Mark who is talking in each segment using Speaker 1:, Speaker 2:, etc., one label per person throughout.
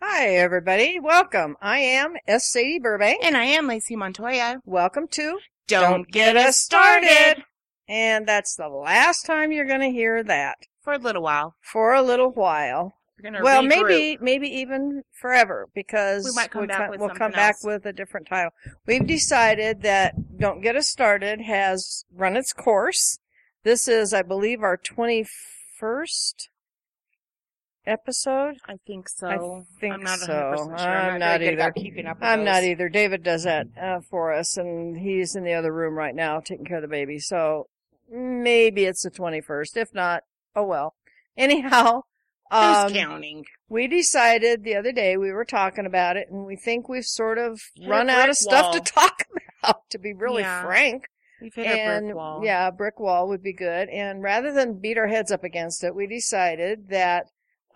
Speaker 1: Hi, everybody. Welcome. I am S. Sadie Burbank.
Speaker 2: And I am Lacey Montoya.
Speaker 1: Welcome to
Speaker 2: Don't get us started
Speaker 1: And that's the last time you're going to hear that
Speaker 2: for a little while.
Speaker 1: for a little while.
Speaker 2: We're gonna
Speaker 1: well,
Speaker 2: regroup.
Speaker 1: maybe maybe even forever because
Speaker 2: We might come back
Speaker 1: co-
Speaker 2: with
Speaker 1: we'll come
Speaker 2: something
Speaker 1: back
Speaker 2: else.
Speaker 1: with a different title. We've decided that "Don't Get Us Started" has run its course. This is, I believe, our twenty-first episode.
Speaker 2: I think so.
Speaker 1: I think
Speaker 2: I'm not
Speaker 1: so.
Speaker 2: 100% sure.
Speaker 1: I'm not
Speaker 2: I'm not, very good
Speaker 1: either.
Speaker 2: about keeping up with
Speaker 1: I'm not e-
Speaker 2: those.
Speaker 1: either. David does that uh, for us, and he's in the other room right now taking care of the baby. So maybe it's the 21st. If not, oh well. Anyhow, um,
Speaker 2: Who's counting?
Speaker 1: we decided the other day we were talking about it, and we think we've sort of
Speaker 2: Hit a
Speaker 1: run out of
Speaker 2: brick
Speaker 1: stuff to
Speaker 2: wall.
Speaker 1: talk about. To be really
Speaker 2: Yeah.
Speaker 1: frank,
Speaker 2: We've hit a
Speaker 1: and
Speaker 2: brick wall.
Speaker 1: yeah, a brick wall would be good. And rather than beat our heads up against it, we decided that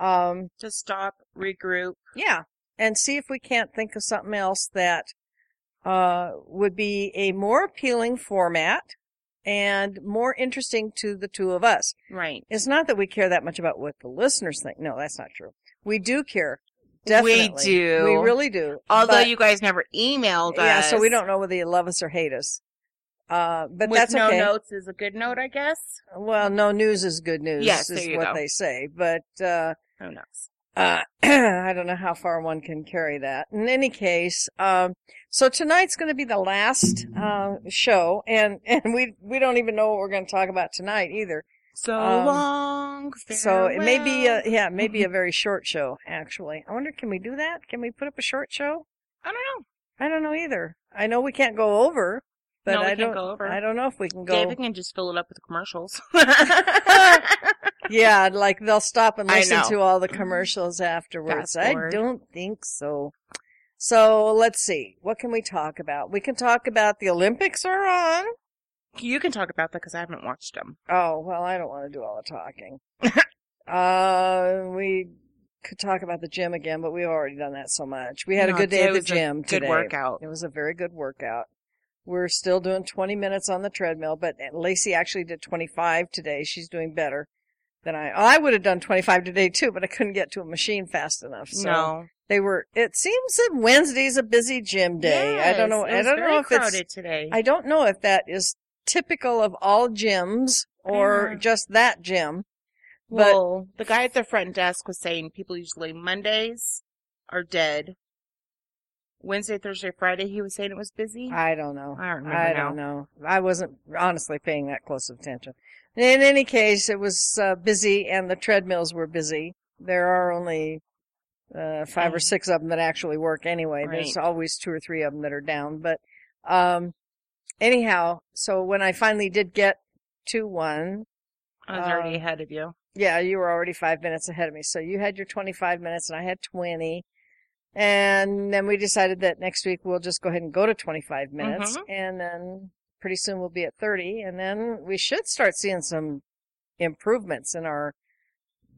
Speaker 1: um,
Speaker 2: Just stop, regroup.
Speaker 1: yeah, and see if we can't think of something else that uh, would be a more appealing format and more interesting to the two of us.
Speaker 2: Right.
Speaker 1: It's not that we care that much about what the listeners think. No, that's not true. We do care. Definitely.
Speaker 2: We do.
Speaker 1: We really do.
Speaker 2: Although
Speaker 1: But-
Speaker 2: you guys never emailed
Speaker 1: yeah,
Speaker 2: us.
Speaker 1: so we don't know whether you love us or hate us. Uh, but
Speaker 2: With
Speaker 1: that's
Speaker 2: no
Speaker 1: okay.
Speaker 2: notes is a good note, I guess.
Speaker 1: Well, no news is good news.
Speaker 2: Yes,
Speaker 1: is
Speaker 2: there you
Speaker 1: what
Speaker 2: go.
Speaker 1: they say. But uh,
Speaker 2: Who knows?
Speaker 1: uh, I don't know how far one can carry that. In any case, um, so tonight's going to be the last uh, show, and and we we don't even know what we're going to talk about tonight either.
Speaker 2: So
Speaker 1: Um,
Speaker 2: long.
Speaker 1: So it may be a
Speaker 2: farewell.
Speaker 1: yeah, it may be a very short show actually. I wonder, can we do that? Can we put up a short show?
Speaker 2: I don't know.
Speaker 1: I don't know either. I know we can't go over, but
Speaker 2: No, we
Speaker 1: I
Speaker 2: can't
Speaker 1: don't.
Speaker 2: go over.
Speaker 1: I don't know if we can go.
Speaker 2: David can just fill it up with commercials.
Speaker 1: yeah, like they'll stop and
Speaker 2: I
Speaker 1: listen
Speaker 2: know.
Speaker 1: to all the commercials afterwards.
Speaker 2: Fast
Speaker 1: I
Speaker 2: forward.
Speaker 1: don't think so. So let's see. What can we talk about? We can talk about the Olympics are on.
Speaker 2: you can talk about that because I haven't watched them.
Speaker 1: Oh well, I don't want to do all the talking. uh, we could talk about the gym again, but we've already done that so much. We had a
Speaker 2: No,
Speaker 1: good day at
Speaker 2: today
Speaker 1: the
Speaker 2: was a
Speaker 1: gym today.
Speaker 2: Good workout.
Speaker 1: It was a very good workout. We're still doing 20 minutes on the treadmill, but eh, Lacey actually did 25 today. She's doing better than I. oh, I would have done 25 today too, but I couldn't get to a machine fast enough. So
Speaker 2: no.
Speaker 1: they were. It seems that Wednesday's a busy gym day. I don't
Speaker 2: Yes,
Speaker 1: know.
Speaker 2: It
Speaker 1: I
Speaker 2: was
Speaker 1: don't
Speaker 2: very
Speaker 1: know if
Speaker 2: crowded
Speaker 1: it's.
Speaker 2: today.
Speaker 1: I don't know if that is typical of all gyms or
Speaker 2: Yeah.
Speaker 1: just that gym. But
Speaker 2: well, the guy at the front desk was saying people usually Mondays are dead. Wednesday, Thursday, Friday, he was saying it was busy.
Speaker 1: I don't know.
Speaker 2: I don't remember
Speaker 1: I
Speaker 2: now.
Speaker 1: don't know. I wasn't honestly paying that close of attention. In any case, it was uh, busy and the treadmills were busy. There are only uh, five or
Speaker 2: Right.
Speaker 1: six of them that actually work anyway. There's
Speaker 2: Right.
Speaker 1: always two or three of them that are down. But um, anyhow, so when I finally did get to one,
Speaker 2: I was already
Speaker 1: um,
Speaker 2: ahead of you.
Speaker 1: yeah, you were already five minutes ahead of me. So you had your 25 minutes and I had 20. And then we decided that next week we'll just go ahead and go to 25 minutes.
Speaker 2: Mm-hmm.
Speaker 1: And then pretty soon we'll be at 30. And then we should start seeing some improvements in our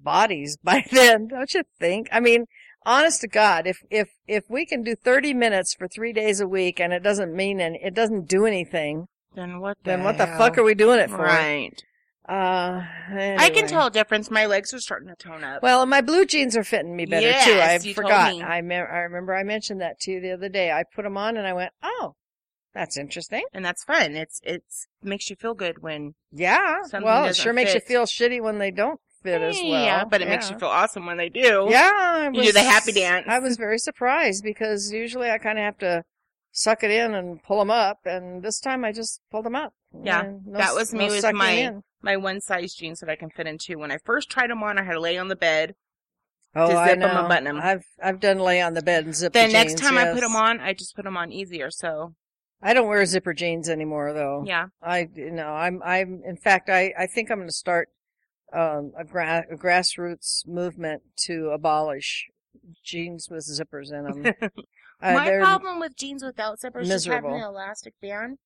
Speaker 1: bodies by then, don't you think? I mean, honest to God, if, if, if we can do 30 minutes for three days a week and it doesn't mean, and it doesn't do anything,
Speaker 2: Then what? The
Speaker 1: then what the
Speaker 2: hell?
Speaker 1: fuck are we doing it for?
Speaker 2: Right.
Speaker 1: Uh,
Speaker 2: I
Speaker 1: anyway.
Speaker 2: can tell a difference. My legs are starting to tone up.
Speaker 1: Well, and my blue jeans are fitting me better too. I
Speaker 2: Yes, you told
Speaker 1: forgot.
Speaker 2: me.
Speaker 1: I me- I remember I mentioned that to you the other day. I put them on and I went, "Oh, that's interesting."
Speaker 2: and that's fun. It's it's makes you feel good when
Speaker 1: Yeah.
Speaker 2: Something
Speaker 1: well, it
Speaker 2: doesn't
Speaker 1: sure makes you
Speaker 2: fit.
Speaker 1: feel shitty when they don't fit as well.
Speaker 2: Yeah, but it makes you feel awesome when they do.
Speaker 1: Yeah, I
Speaker 2: You do the happy dance.
Speaker 1: I was very surprised because usually I kind of have to suck it in and pull them up, and this time I just pulled them up.
Speaker 2: Yeah,
Speaker 1: And no
Speaker 2: that
Speaker 1: s-
Speaker 2: was me
Speaker 1: no
Speaker 2: with
Speaker 1: sucking
Speaker 2: my-
Speaker 1: in.
Speaker 2: My one size jeans that I can fit into. When I first tried them on, I had to lay on the bed.
Speaker 1: Oh,
Speaker 2: to
Speaker 1: I
Speaker 2: zip 'em and
Speaker 1: know.
Speaker 2: button 'em.
Speaker 1: I've I've done lay on the bed and zip.
Speaker 2: The
Speaker 1: the
Speaker 2: next
Speaker 1: jeans,
Speaker 2: time I put
Speaker 1: yes.
Speaker 2: them on, I just put them on easier. So
Speaker 1: I don't wear zipper jeans anymore though.
Speaker 2: Yeah.
Speaker 1: I you know I'm I'm in fact I I think I'm going to start um, a, gra- a grassroots movement to abolish jeans with zippers in Uh, them.
Speaker 2: My problem with jeans without zippers is having an
Speaker 1: miserable.
Speaker 2: elastic band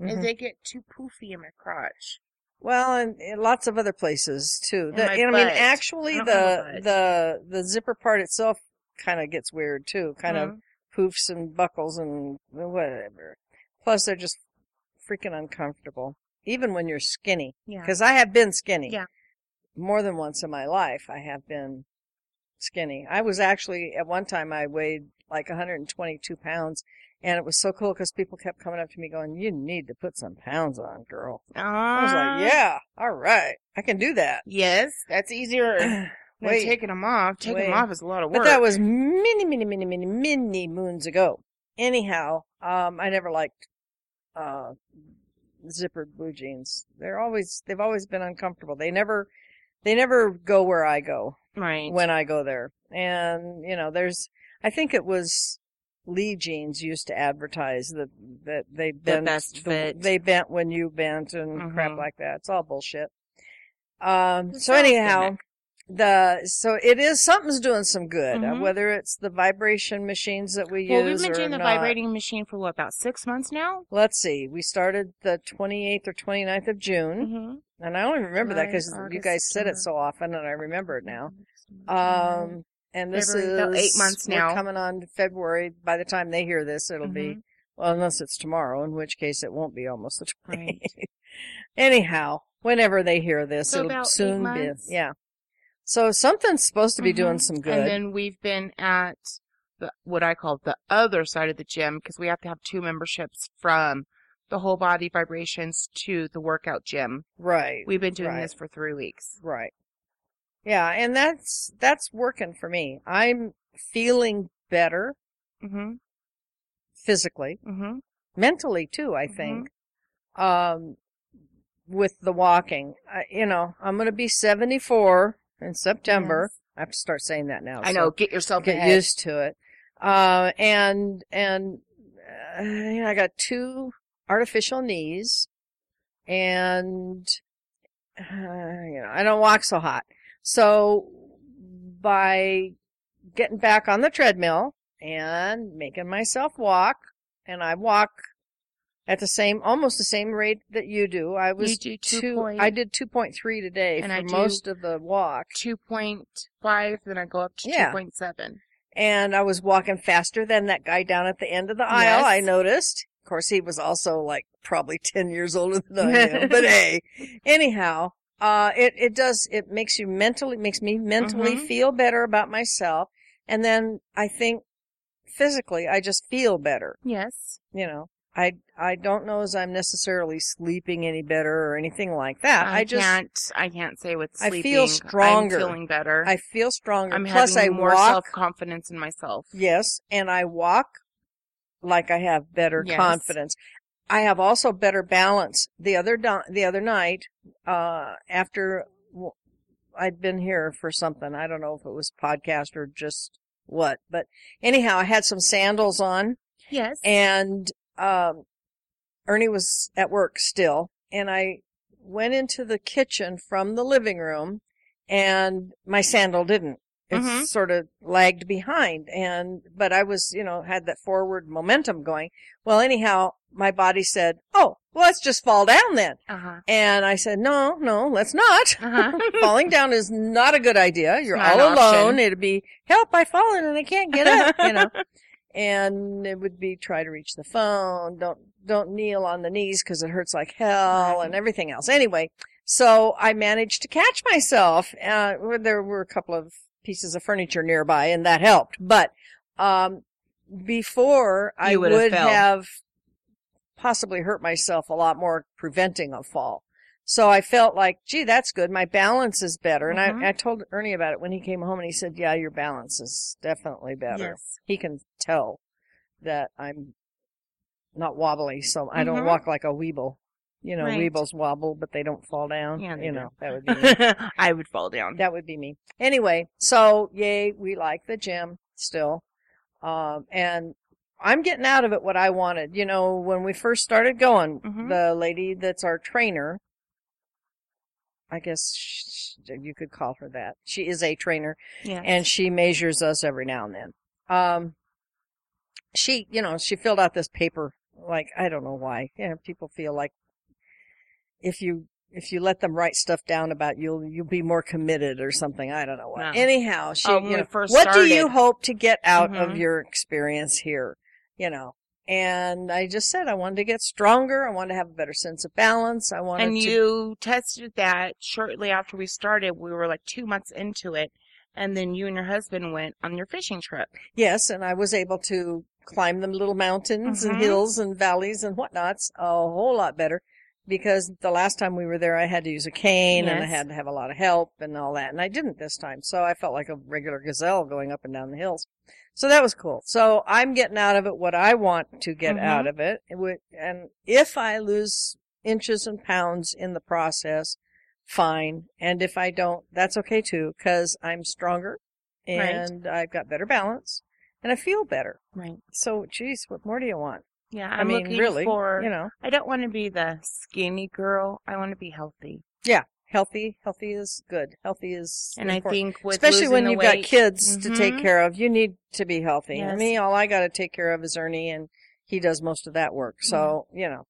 Speaker 2: is they get too poofy in my crotch.
Speaker 1: mm-hmm. Well, and, and lots of other places too.
Speaker 2: And
Speaker 1: The,
Speaker 2: my
Speaker 1: and I mean,
Speaker 2: butt.
Speaker 1: actually,
Speaker 2: I
Speaker 1: the
Speaker 2: don't have a butt.
Speaker 1: the the zipper part itself kind of gets weird too. Kind of
Speaker 2: Mhm.
Speaker 1: poofs and buckles and whatever. Plus, they're just freaking uncomfortable, even when you're skinny.
Speaker 2: Yeah.
Speaker 1: Because I have been skinny.
Speaker 2: Yeah.
Speaker 1: More than once in my life, I have been skinny. I was actually at one time I weighed like 122 pounds, and it was so cool because people kept coming up to me going, "You need to put some pounds on, girl." I was
Speaker 2: Ah.
Speaker 1: like, yeah, all right, I can do that.
Speaker 2: Yes, that's easier than
Speaker 1: Wait.
Speaker 2: taking them off. Taking
Speaker 1: Wait.
Speaker 2: them off is a lot of work.
Speaker 1: But that was many, many, many, many, many moons ago. Anyhow, um, I never liked uh, zippered blue jeans. They're always they've always been uncomfortable. They never they never go where I go
Speaker 2: right.
Speaker 1: when I go there. And you know, there's I think it was Lee jeans used to advertise that that they bent
Speaker 2: best fit.
Speaker 1: they bent when you bent and crap
Speaker 2: Mhm.
Speaker 1: like that. It's all bullshit. Um,
Speaker 2: It's
Speaker 1: so
Speaker 2: all
Speaker 1: anyhow,
Speaker 2: gimmick.
Speaker 1: the so it is something's doing some good. uh,
Speaker 2: Mhm.
Speaker 1: Whether it's the vibration machines that we
Speaker 2: well, we've
Speaker 1: use
Speaker 2: been
Speaker 1: or
Speaker 2: doing the
Speaker 1: not.
Speaker 2: vibrating machine for what about six months now?
Speaker 1: Let's see. We started the 28th or 29th of June,
Speaker 2: Mm-hmm.
Speaker 1: and I only remember that
Speaker 2: July,
Speaker 1: 'cause that because you
Speaker 2: August,
Speaker 1: guys said it so
Speaker 2: September.
Speaker 1: often, and I remember it now. Um, and this
Speaker 2: February,
Speaker 1: is
Speaker 2: about eight months
Speaker 1: we're
Speaker 2: now.
Speaker 1: coming on to February. By the time they hear this, it'll be
Speaker 2: Mm-hmm.
Speaker 1: well, unless it's tomorrow, in which case it won't be almost the
Speaker 2: Right.
Speaker 1: 28th. Anyhow, whenever they hear this,
Speaker 2: So
Speaker 1: it'll
Speaker 2: about eight
Speaker 1: soon be
Speaker 2: months.
Speaker 1: yeah. So something's supposed to be doing
Speaker 2: Mhm.
Speaker 1: some good.
Speaker 2: And then we've been at the, what I call the other side of the gym because we have to have two memberships from the whole body vibrations to the workout gym.
Speaker 1: right.
Speaker 2: We've been doing
Speaker 1: Right.
Speaker 2: this for three weeks.
Speaker 1: Right. Yeah, and that's that's working for me. I'm feeling better
Speaker 2: Mm-hmm.
Speaker 1: physically,
Speaker 2: Mm-hmm.
Speaker 1: mentally too, I
Speaker 2: Mhm.
Speaker 1: think. Um with the walking. I, you know, I'm going to be 74 in September. I have to start saying that now.
Speaker 2: I
Speaker 1: so
Speaker 2: know. Get yourself
Speaker 1: get
Speaker 2: ahead.
Speaker 1: used to it. Uh and and uh, I got two artificial knees and uh, you know, I don't walk so hot. So by getting back on the treadmill and making myself walk, and I walk at the same, almost the same rate that you do. I was
Speaker 2: do two point-
Speaker 1: I did two point three today
Speaker 2: And
Speaker 1: for
Speaker 2: I do-
Speaker 1: most of the walk,
Speaker 2: Two point five, then I go up to
Speaker 1: Yeah.
Speaker 2: two point seven.
Speaker 1: and I was walking faster than that guy down at the end of the aisle. I
Speaker 2: Yes.
Speaker 1: noticed. Of course, he was also like probably ten years older than I am. but hey, anyhow, uh, it it does it makes you mentally makes me mentally
Speaker 2: Mhm.
Speaker 1: feel better about myself, and then I think physically I just feel better.
Speaker 2: Yes.
Speaker 1: You know, I I don't know as I'm necessarily sleeping any better or anything like that. I, just
Speaker 2: can't. I can't say with
Speaker 1: I
Speaker 2: sleeping.
Speaker 1: feel
Speaker 2: I'm
Speaker 1: stronger.
Speaker 2: feeling better.
Speaker 1: I feel stronger.
Speaker 2: am
Speaker 1: Plus, I
Speaker 2: having more
Speaker 1: walk.
Speaker 2: self confidence in myself.
Speaker 1: Yes, and I walk like I have better
Speaker 2: Yes.
Speaker 1: confidence. I have also better balance. The other do- the other night, uh, after w- I'd been here for something, I don't know if it was podcast or just what, but anyhow, I had some sandals on,
Speaker 2: Yes.
Speaker 1: and um, Ernie was at work still, and I went into the kitchen from the living room, and my sandal didn't. It
Speaker 2: Mhm.
Speaker 1: sort of lagged behind, and but I was, you know, had that forward momentum going. Well, anyhow, my body said, "Oh, well, let's just fall down then,"
Speaker 2: uh huh.
Speaker 1: and I said, "No, no, let's not."
Speaker 2: Uh huh.
Speaker 1: Falling down is not a good idea. You're
Speaker 2: not
Speaker 1: all
Speaker 2: an option.
Speaker 1: alone. It'd be help. I've fallen and I can't get up. You know, and it would be try to reach the phone. Don't don't kneel on the knees because it hurts like hell and
Speaker 2: Right.
Speaker 1: everything else. Anyway, so I managed to catch myself. Uh, well, there were a couple of pieces of furniture nearby, and that helped. But um, before I
Speaker 2: You
Speaker 1: would
Speaker 2: would've fell.
Speaker 1: have possibly hurt myself a lot more preventing a fall. So I felt like, gee, that's good. My balance is better. And
Speaker 2: Mhm.
Speaker 1: I, I told Ernie about it when he came home and he said, yeah, your balance is definitely better
Speaker 2: yes.
Speaker 1: he can tell that I'm not wobbly, so I don't
Speaker 2: Mhm.
Speaker 1: walk like a weeble. You know,
Speaker 2: Right.
Speaker 1: weebles wobble, but they don't fall down.
Speaker 2: Yeah, they
Speaker 1: you
Speaker 2: do.
Speaker 1: know, that would be me.
Speaker 2: I would fall down.
Speaker 1: that would be me. Anyway, so yay, we like the gym still, um, and I'm getting out of it what I wanted. You know, when we first started going,
Speaker 2: Mhm.
Speaker 1: the lady that's our trainer, I guess sh sh- you could call her that. She is a trainer
Speaker 2: Yeah.
Speaker 1: and she measures us every now and then. Um, she, you know, she filled out this paper. Like I don't know why. Yeah, people feel like if you if you let them write stuff down about you, you'll be more committed or something. I don't know why.
Speaker 2: No.
Speaker 1: Anyhow, she.
Speaker 2: Oh, when
Speaker 1: you
Speaker 2: we
Speaker 1: know,
Speaker 2: first
Speaker 1: what do you
Speaker 2: started.
Speaker 1: hope to get out of
Speaker 2: Mhm.
Speaker 1: your experience here? You know. And I just said I wanted to get stronger. I wanted to have a better sense of balance. I wanted
Speaker 2: and
Speaker 1: to
Speaker 2: you tested that shortly after we started. We were like two months into it, and then you and your husband went on your fishing trip.
Speaker 1: Yes, and I was able to climb them little mountains and
Speaker 2: Mhm.
Speaker 1: hills and valleys and whatnots a whole lot better because the last time we were there I had to use a cane and I
Speaker 2: Yes.
Speaker 1: had to have a lot of help and all that and I didn't this time. So I felt like a regular gazelle going up and down the hills. So that was cool. So I'm getting out of it what I want to get
Speaker 2: Mhm.
Speaker 1: out of it. It would- And if I lose inches and pounds in the process, fine. And if I don't, that's okay too because I'm stronger
Speaker 2: Right.
Speaker 1: and I've got better balance and I feel better.
Speaker 2: Right.
Speaker 1: So, geez, what more do you want?
Speaker 2: Yeah.
Speaker 1: I
Speaker 2: I'm
Speaker 1: mean,
Speaker 2: looking
Speaker 1: really,
Speaker 2: for.
Speaker 1: you know,
Speaker 2: I don't want to be the skinny girl. I want to be healthy.
Speaker 1: healthy, healthy is good. Healthy is
Speaker 2: And I
Speaker 1: important.
Speaker 2: think with
Speaker 1: especially
Speaker 2: losing
Speaker 1: when
Speaker 2: the
Speaker 1: you've
Speaker 2: weight,
Speaker 1: got kids to take
Speaker 2: Mhm.
Speaker 1: care of. You need to be healthy.
Speaker 2: Yes.
Speaker 1: Me, all I got to take care of is Ernie, and he does most of that work. So you know,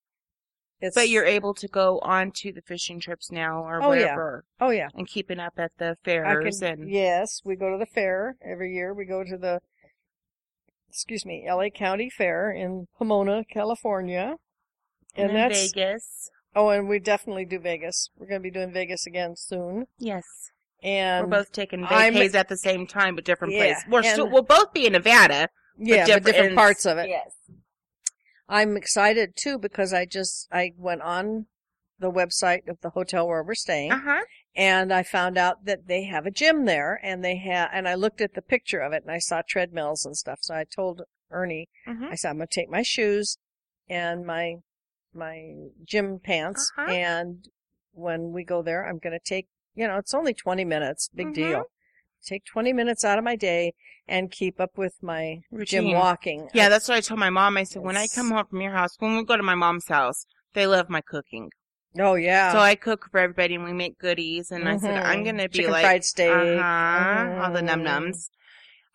Speaker 1: it's
Speaker 2: Mm-hmm. But you're able to go on to the fishing trips now or
Speaker 1: Oh, yeah.
Speaker 2: wherever
Speaker 1: oh yeah,
Speaker 2: and keeping up at the
Speaker 1: I
Speaker 2: fairs
Speaker 1: can-
Speaker 2: and
Speaker 1: yes, we go to the fair every year. We go to the excuse me, L.A. County Fair in Pomona, California, and,
Speaker 2: and, in
Speaker 1: that's
Speaker 2: Vegas.
Speaker 1: oh, and we definitely do Vegas. We're going to be doing Vegas again soon,
Speaker 2: Yes.
Speaker 1: and
Speaker 2: we're both taking
Speaker 1: Um, I'm-
Speaker 2: vacays at the same time but different
Speaker 1: Yeah,
Speaker 2: places. We're still,
Speaker 1: and-
Speaker 2: we'll both be in Nevada. but
Speaker 1: yeah, but different
Speaker 2: ends.
Speaker 1: parts of it.
Speaker 2: Yes.
Speaker 1: I'm excited too because I just I went on the website of the hotel where we're staying
Speaker 2: Uh-huh.
Speaker 1: and I found out that they have a gym there and they have and I looked at the picture of it and I saw treadmills and stuff so I told Ernie
Speaker 2: Mhm.
Speaker 1: I said I'm going to take my shoes and my my gym pants
Speaker 2: Uh-huh.
Speaker 1: and when we go there I'm going to take you know it's only 20 minutes big
Speaker 2: Mhm.
Speaker 1: deal take 20 minutes out of my day and keep up with my gym
Speaker 2: Routine.
Speaker 1: walking
Speaker 2: Yeah, that's what I told my mom. I said, when I
Speaker 1: It's-
Speaker 2: come home from your house, when we go to my mom's house, they love my cooking.
Speaker 1: oh yeah
Speaker 2: So I cook for everybody and we make goodies. And I said, I'm
Speaker 1: Mhm.
Speaker 2: going to be
Speaker 1: Chicken
Speaker 2: like,
Speaker 1: fried steak.
Speaker 2: Uh-huh. All the num
Speaker 1: Mhm.
Speaker 2: nums.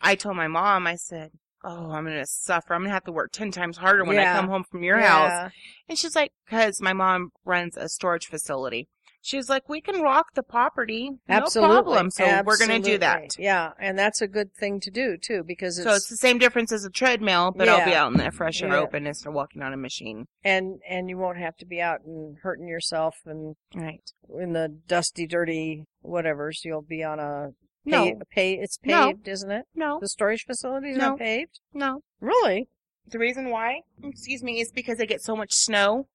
Speaker 2: I told my mom, I said, Oh, I'm going to suffer. I'm going to have to work 10 times harder when
Speaker 1: Yeah.
Speaker 2: I come home from your house.
Speaker 1: yeah.
Speaker 2: And she's like, Because my mom runs a storage facility. She was like, We can walk the property.
Speaker 1: Absolutely.
Speaker 2: No problem. So we're going to do
Speaker 1: Absolutely.
Speaker 2: that.
Speaker 1: Yeah, and that's a good thing to do too because it's,
Speaker 2: So it's the same difference as a treadmill, but I'll be
Speaker 1: Yeah.
Speaker 2: out in the fresh air
Speaker 1: Yeah.
Speaker 2: open instead of walking on a machine.
Speaker 1: and and you won't have to be out and hurting yourself and
Speaker 2: Right.
Speaker 1: in the dusty, dirty whatever's. You'll be on a
Speaker 2: No.
Speaker 1: pay, pay it's
Speaker 2: No.
Speaker 1: paved, isn't it?
Speaker 2: No.
Speaker 1: The storage facility's
Speaker 2: No.
Speaker 1: not paved.
Speaker 2: No. Mm.
Speaker 1: Really?
Speaker 2: The reason why, excuse me, is because they get so much snow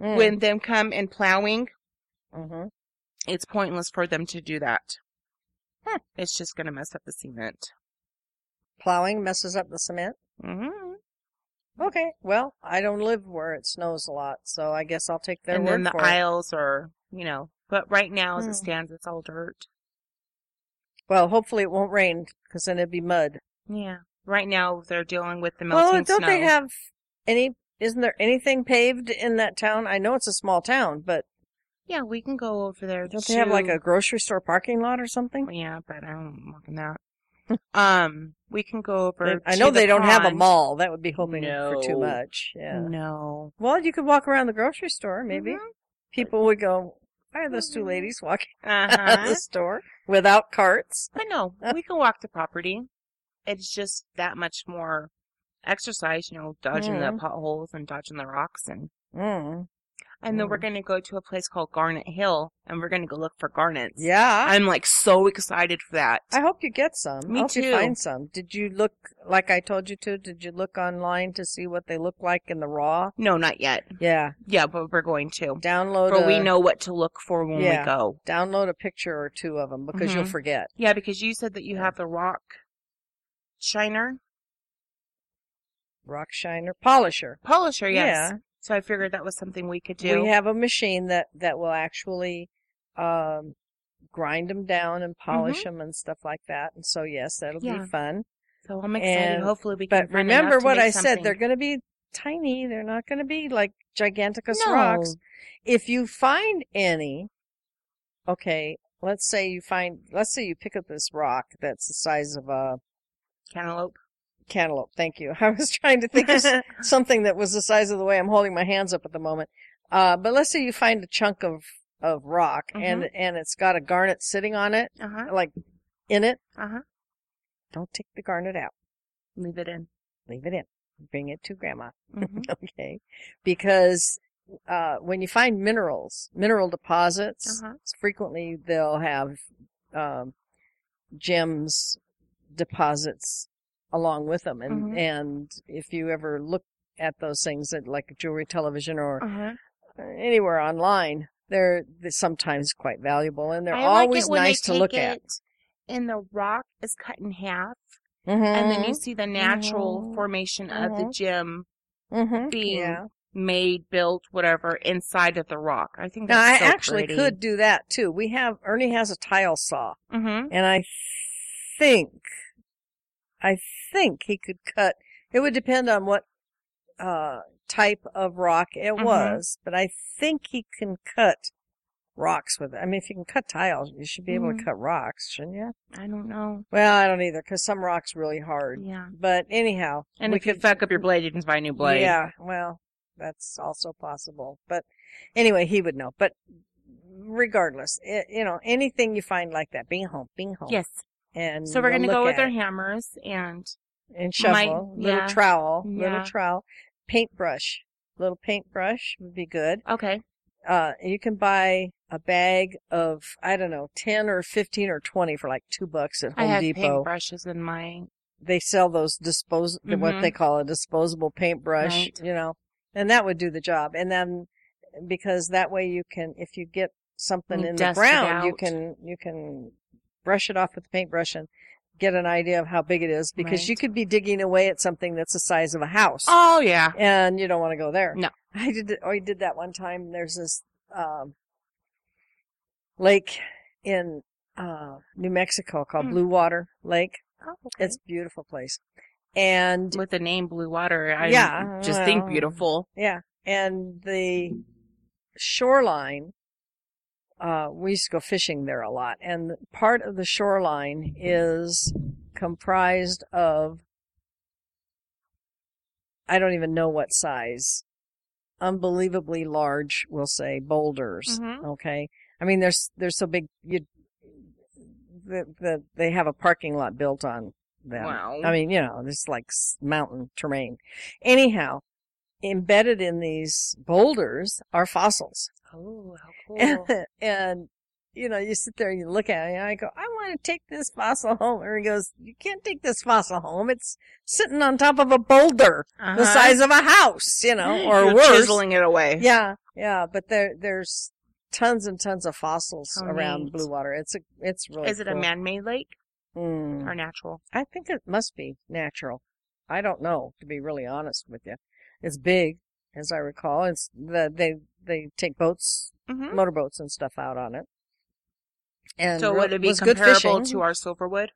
Speaker 1: Mm.
Speaker 2: when them come and plowing.
Speaker 1: Mhm.
Speaker 2: it's pointless for them to do that.
Speaker 1: Huh.
Speaker 2: It's just going to mess up the cement.
Speaker 1: plowing messes up the cement.
Speaker 2: Mm-hmm.
Speaker 1: Okay, well, I don't live where it snows a lot, so I guess I'll take their
Speaker 2: And
Speaker 1: word
Speaker 2: then the
Speaker 1: for it.
Speaker 2: aisles are, you know, but right now as
Speaker 1: Hmm.
Speaker 2: it stands, it's all dirt.
Speaker 1: Well, hopefully it won't rain because then it'd be mud.
Speaker 2: Yeah. Right now they're dealing with the
Speaker 1: Well,
Speaker 2: melting
Speaker 1: don't
Speaker 2: snow.
Speaker 1: they have any? Isn't there anything paved in that town? I know it's a small town, but
Speaker 2: yeah, we can go over there.
Speaker 1: don't they have like
Speaker 2: to-
Speaker 1: a grocery store parking lot or something?
Speaker 2: Yeah, but I'm walking that. um, we can go
Speaker 1: They-
Speaker 2: over.
Speaker 1: I
Speaker 2: to
Speaker 1: know
Speaker 2: the
Speaker 1: they don't have a
Speaker 2: pond.
Speaker 1: mall. That would be hoping for too
Speaker 2: No. Mm-hmm.
Speaker 1: much. Yeah.
Speaker 2: No.
Speaker 1: Well, you could walk around the grocery store. Maybe
Speaker 2: Mhm.
Speaker 1: people would go. Why are those two
Speaker 2: Mhm.
Speaker 1: ladies walking out of
Speaker 2: Uh-huh.
Speaker 1: the store without carts?
Speaker 2: But no, we can walk the property. It's just that much more exercise, you know, dodging
Speaker 1: Mm.
Speaker 2: the potholes and dodging the rocks and
Speaker 1: Mm.
Speaker 2: and then we're
Speaker 1: Mm.
Speaker 2: gonna go to a place called Garnet Hill and we're gonna go look for garnets.
Speaker 1: Yeah.
Speaker 2: I'm like so excited for that.
Speaker 1: I hope you get some.
Speaker 2: Me
Speaker 1: I hope you
Speaker 2: too.
Speaker 1: find some. Did you look like I told you to? Did you look online to see what they look like in the raw?
Speaker 2: No, not yet.
Speaker 1: Yeah.
Speaker 2: Yeah, but we're going to.
Speaker 1: Download
Speaker 2: But Mm. we
Speaker 1: a-
Speaker 2: know what to look for when
Speaker 1: Yeah.
Speaker 2: we go.
Speaker 1: download a picture or two of them because you'll
Speaker 2: Mhm.
Speaker 1: forget.
Speaker 2: Yeah, because you said that you have the rock shiner
Speaker 1: Rock shiner polisher.
Speaker 2: polisher, yes.
Speaker 1: Yeah.
Speaker 2: So I figured that was something we could do.
Speaker 1: We have a machine that that will actually um, grind them down and polish them and stuff like that. And so yes, that'll
Speaker 2: Mm-hmm. Yeah.
Speaker 1: be fun.
Speaker 2: So I'm excited.
Speaker 1: And-
Speaker 2: Hopefully we can.
Speaker 1: But
Speaker 2: find enough
Speaker 1: remember
Speaker 2: to
Speaker 1: what
Speaker 2: make
Speaker 1: I said.
Speaker 2: something.
Speaker 1: They're going to be tiny. They're not going to be like giganticus
Speaker 2: No.
Speaker 1: rocks. If you find any, okay, let's say you find, let's say you pick up this rock that's the size of a
Speaker 2: cantaloupe.
Speaker 1: cantaloupe. Thank you. I was trying to think of s- something that was the size of the way I'm holding my hands up at the moment. Uh, but let's say you find a chunk of, of rock and, and it's got a garnet sitting on it,
Speaker 2: uh-huh.
Speaker 1: like in it.
Speaker 2: Uh-huh.
Speaker 1: Don't take the garnet out.
Speaker 2: Leave it in.
Speaker 1: Leave it in. Bring it to grandma.
Speaker 2: Mhm.
Speaker 1: Okay. Because uh, when you find minerals, mineral deposits,
Speaker 2: Uh-huh.
Speaker 1: frequently they'll have um, gems deposits along with them. And,
Speaker 2: Mhm.
Speaker 1: and if you ever look at those things at like jewelry television or
Speaker 2: Uh-huh.
Speaker 1: anywhere online, they're, they're sometimes quite valuable and they're
Speaker 2: I like it
Speaker 1: always
Speaker 2: when they
Speaker 1: nice to look
Speaker 2: take
Speaker 1: at.
Speaker 2: it And the rock is cut in half, and then you
Speaker 1: Mm-hmm.
Speaker 2: see the natural
Speaker 1: Mhm.
Speaker 2: formation of the
Speaker 1: Mhm.
Speaker 2: gem
Speaker 1: mm-hmm.
Speaker 2: being
Speaker 1: Yeah.
Speaker 2: made, built, whatever, inside of the rock. I think
Speaker 1: Now, I
Speaker 2: that's so
Speaker 1: actually could do that too. We have, Ernie has a tile saw.
Speaker 2: Mm-hmm.
Speaker 1: and I think, I think he could cut. It would depend on what uh, type of rock it
Speaker 2: Mhm.
Speaker 1: was, but I think he can cut rocks with it. I mean, if you can cut tiles, you should be able
Speaker 2: Mhm.
Speaker 1: to cut rocks, shouldn't you?
Speaker 2: I don't know.
Speaker 1: Well, I don't either, because some rocks really hard.
Speaker 2: Yeah.
Speaker 1: But anyhow,
Speaker 2: And
Speaker 1: we
Speaker 2: if you fuck up your blade, you can buy a new blade.
Speaker 1: yeah, well, that's also possible. But anyway, he would know. But regardless, it, you know, anything you find like that, bing home, bing home.
Speaker 2: Yes.
Speaker 1: And
Speaker 2: So we're
Speaker 1: we'll
Speaker 2: gonna go
Speaker 1: look
Speaker 2: with
Speaker 1: at
Speaker 2: our
Speaker 1: it.
Speaker 2: hammers and
Speaker 1: and
Speaker 2: Might-
Speaker 1: shovel,
Speaker 2: yeah.
Speaker 1: little trowel,
Speaker 2: Yeah.
Speaker 1: little trowel, paintbrush. Little paintbrush would be good.
Speaker 2: okay.
Speaker 1: Uh, you can buy a bag of I don't know, ten or fifteen or twenty for like two bucks at
Speaker 2: I
Speaker 1: Home
Speaker 2: have
Speaker 1: Depot.
Speaker 2: paintbrushes in my
Speaker 1: They sell those dispos the
Speaker 2: Mhm.
Speaker 1: what they call a disposable paintbrush,
Speaker 2: Right.
Speaker 1: you know, and that would do the job. And then because that way you can, if you get something
Speaker 2: You
Speaker 1: in the
Speaker 2: dust it
Speaker 1: ground, you
Speaker 2: out.
Speaker 1: can you can brush it off with the paintbrush and get an idea of how big it is because
Speaker 2: Right.
Speaker 1: you could be digging away at something that's the size of a house
Speaker 2: Oh yeah.
Speaker 1: and you don't want to go there.
Speaker 2: No.
Speaker 1: I did. I did that one time. There's this um, lake in uh, New Mexico called
Speaker 2: Hmm.
Speaker 1: Blue Water Lake.
Speaker 2: Oh, okay.
Speaker 1: It's a beautiful place, and
Speaker 2: with the name Blue Water, I
Speaker 1: Yeah, Mm-hmm.
Speaker 2: just think
Speaker 1: well,
Speaker 2: beautiful.
Speaker 1: yeah, and the shoreline. Uh, we used to go fishing there a lot, and part of the shoreline is comprised of I don't even know what size, unbelievably large, we'll say boulders.
Speaker 2: Mhm.
Speaker 1: Okay, I mean there's they're so big you the, the they have a parking lot built on them.
Speaker 2: Wow.
Speaker 1: I mean, you know, it's like s- mountain terrain. Anyhow, embedded in these boulders are fossils.
Speaker 2: Oh, how cool.
Speaker 1: and, you know, you sit there and you look at it and I go, I want to take this fossil home. And he goes, you can't take this fossil home. It's sitting on top of a boulder the
Speaker 2: Uh-huh.
Speaker 1: size of a house, you know, or
Speaker 2: You're
Speaker 1: worse.
Speaker 2: chiseling it away.
Speaker 1: Yeah. Yeah. But there, there's tons and tons of fossils
Speaker 2: How
Speaker 1: around
Speaker 2: Oh, neat.
Speaker 1: Blue Water. It's a, it's really
Speaker 2: Is it a
Speaker 1: cool.
Speaker 2: man-made lake
Speaker 1: Mm.
Speaker 2: or natural?
Speaker 1: I think it must be natural. I don't know, to be really honest with you. It's big, as I recall. It's the they they take boats,
Speaker 2: Mm-hmm.
Speaker 1: motorboats, and stuff out on it. And
Speaker 2: So
Speaker 1: ro-
Speaker 2: would it be
Speaker 1: was good
Speaker 2: comparable
Speaker 1: fishing.
Speaker 2: to our Silverwood,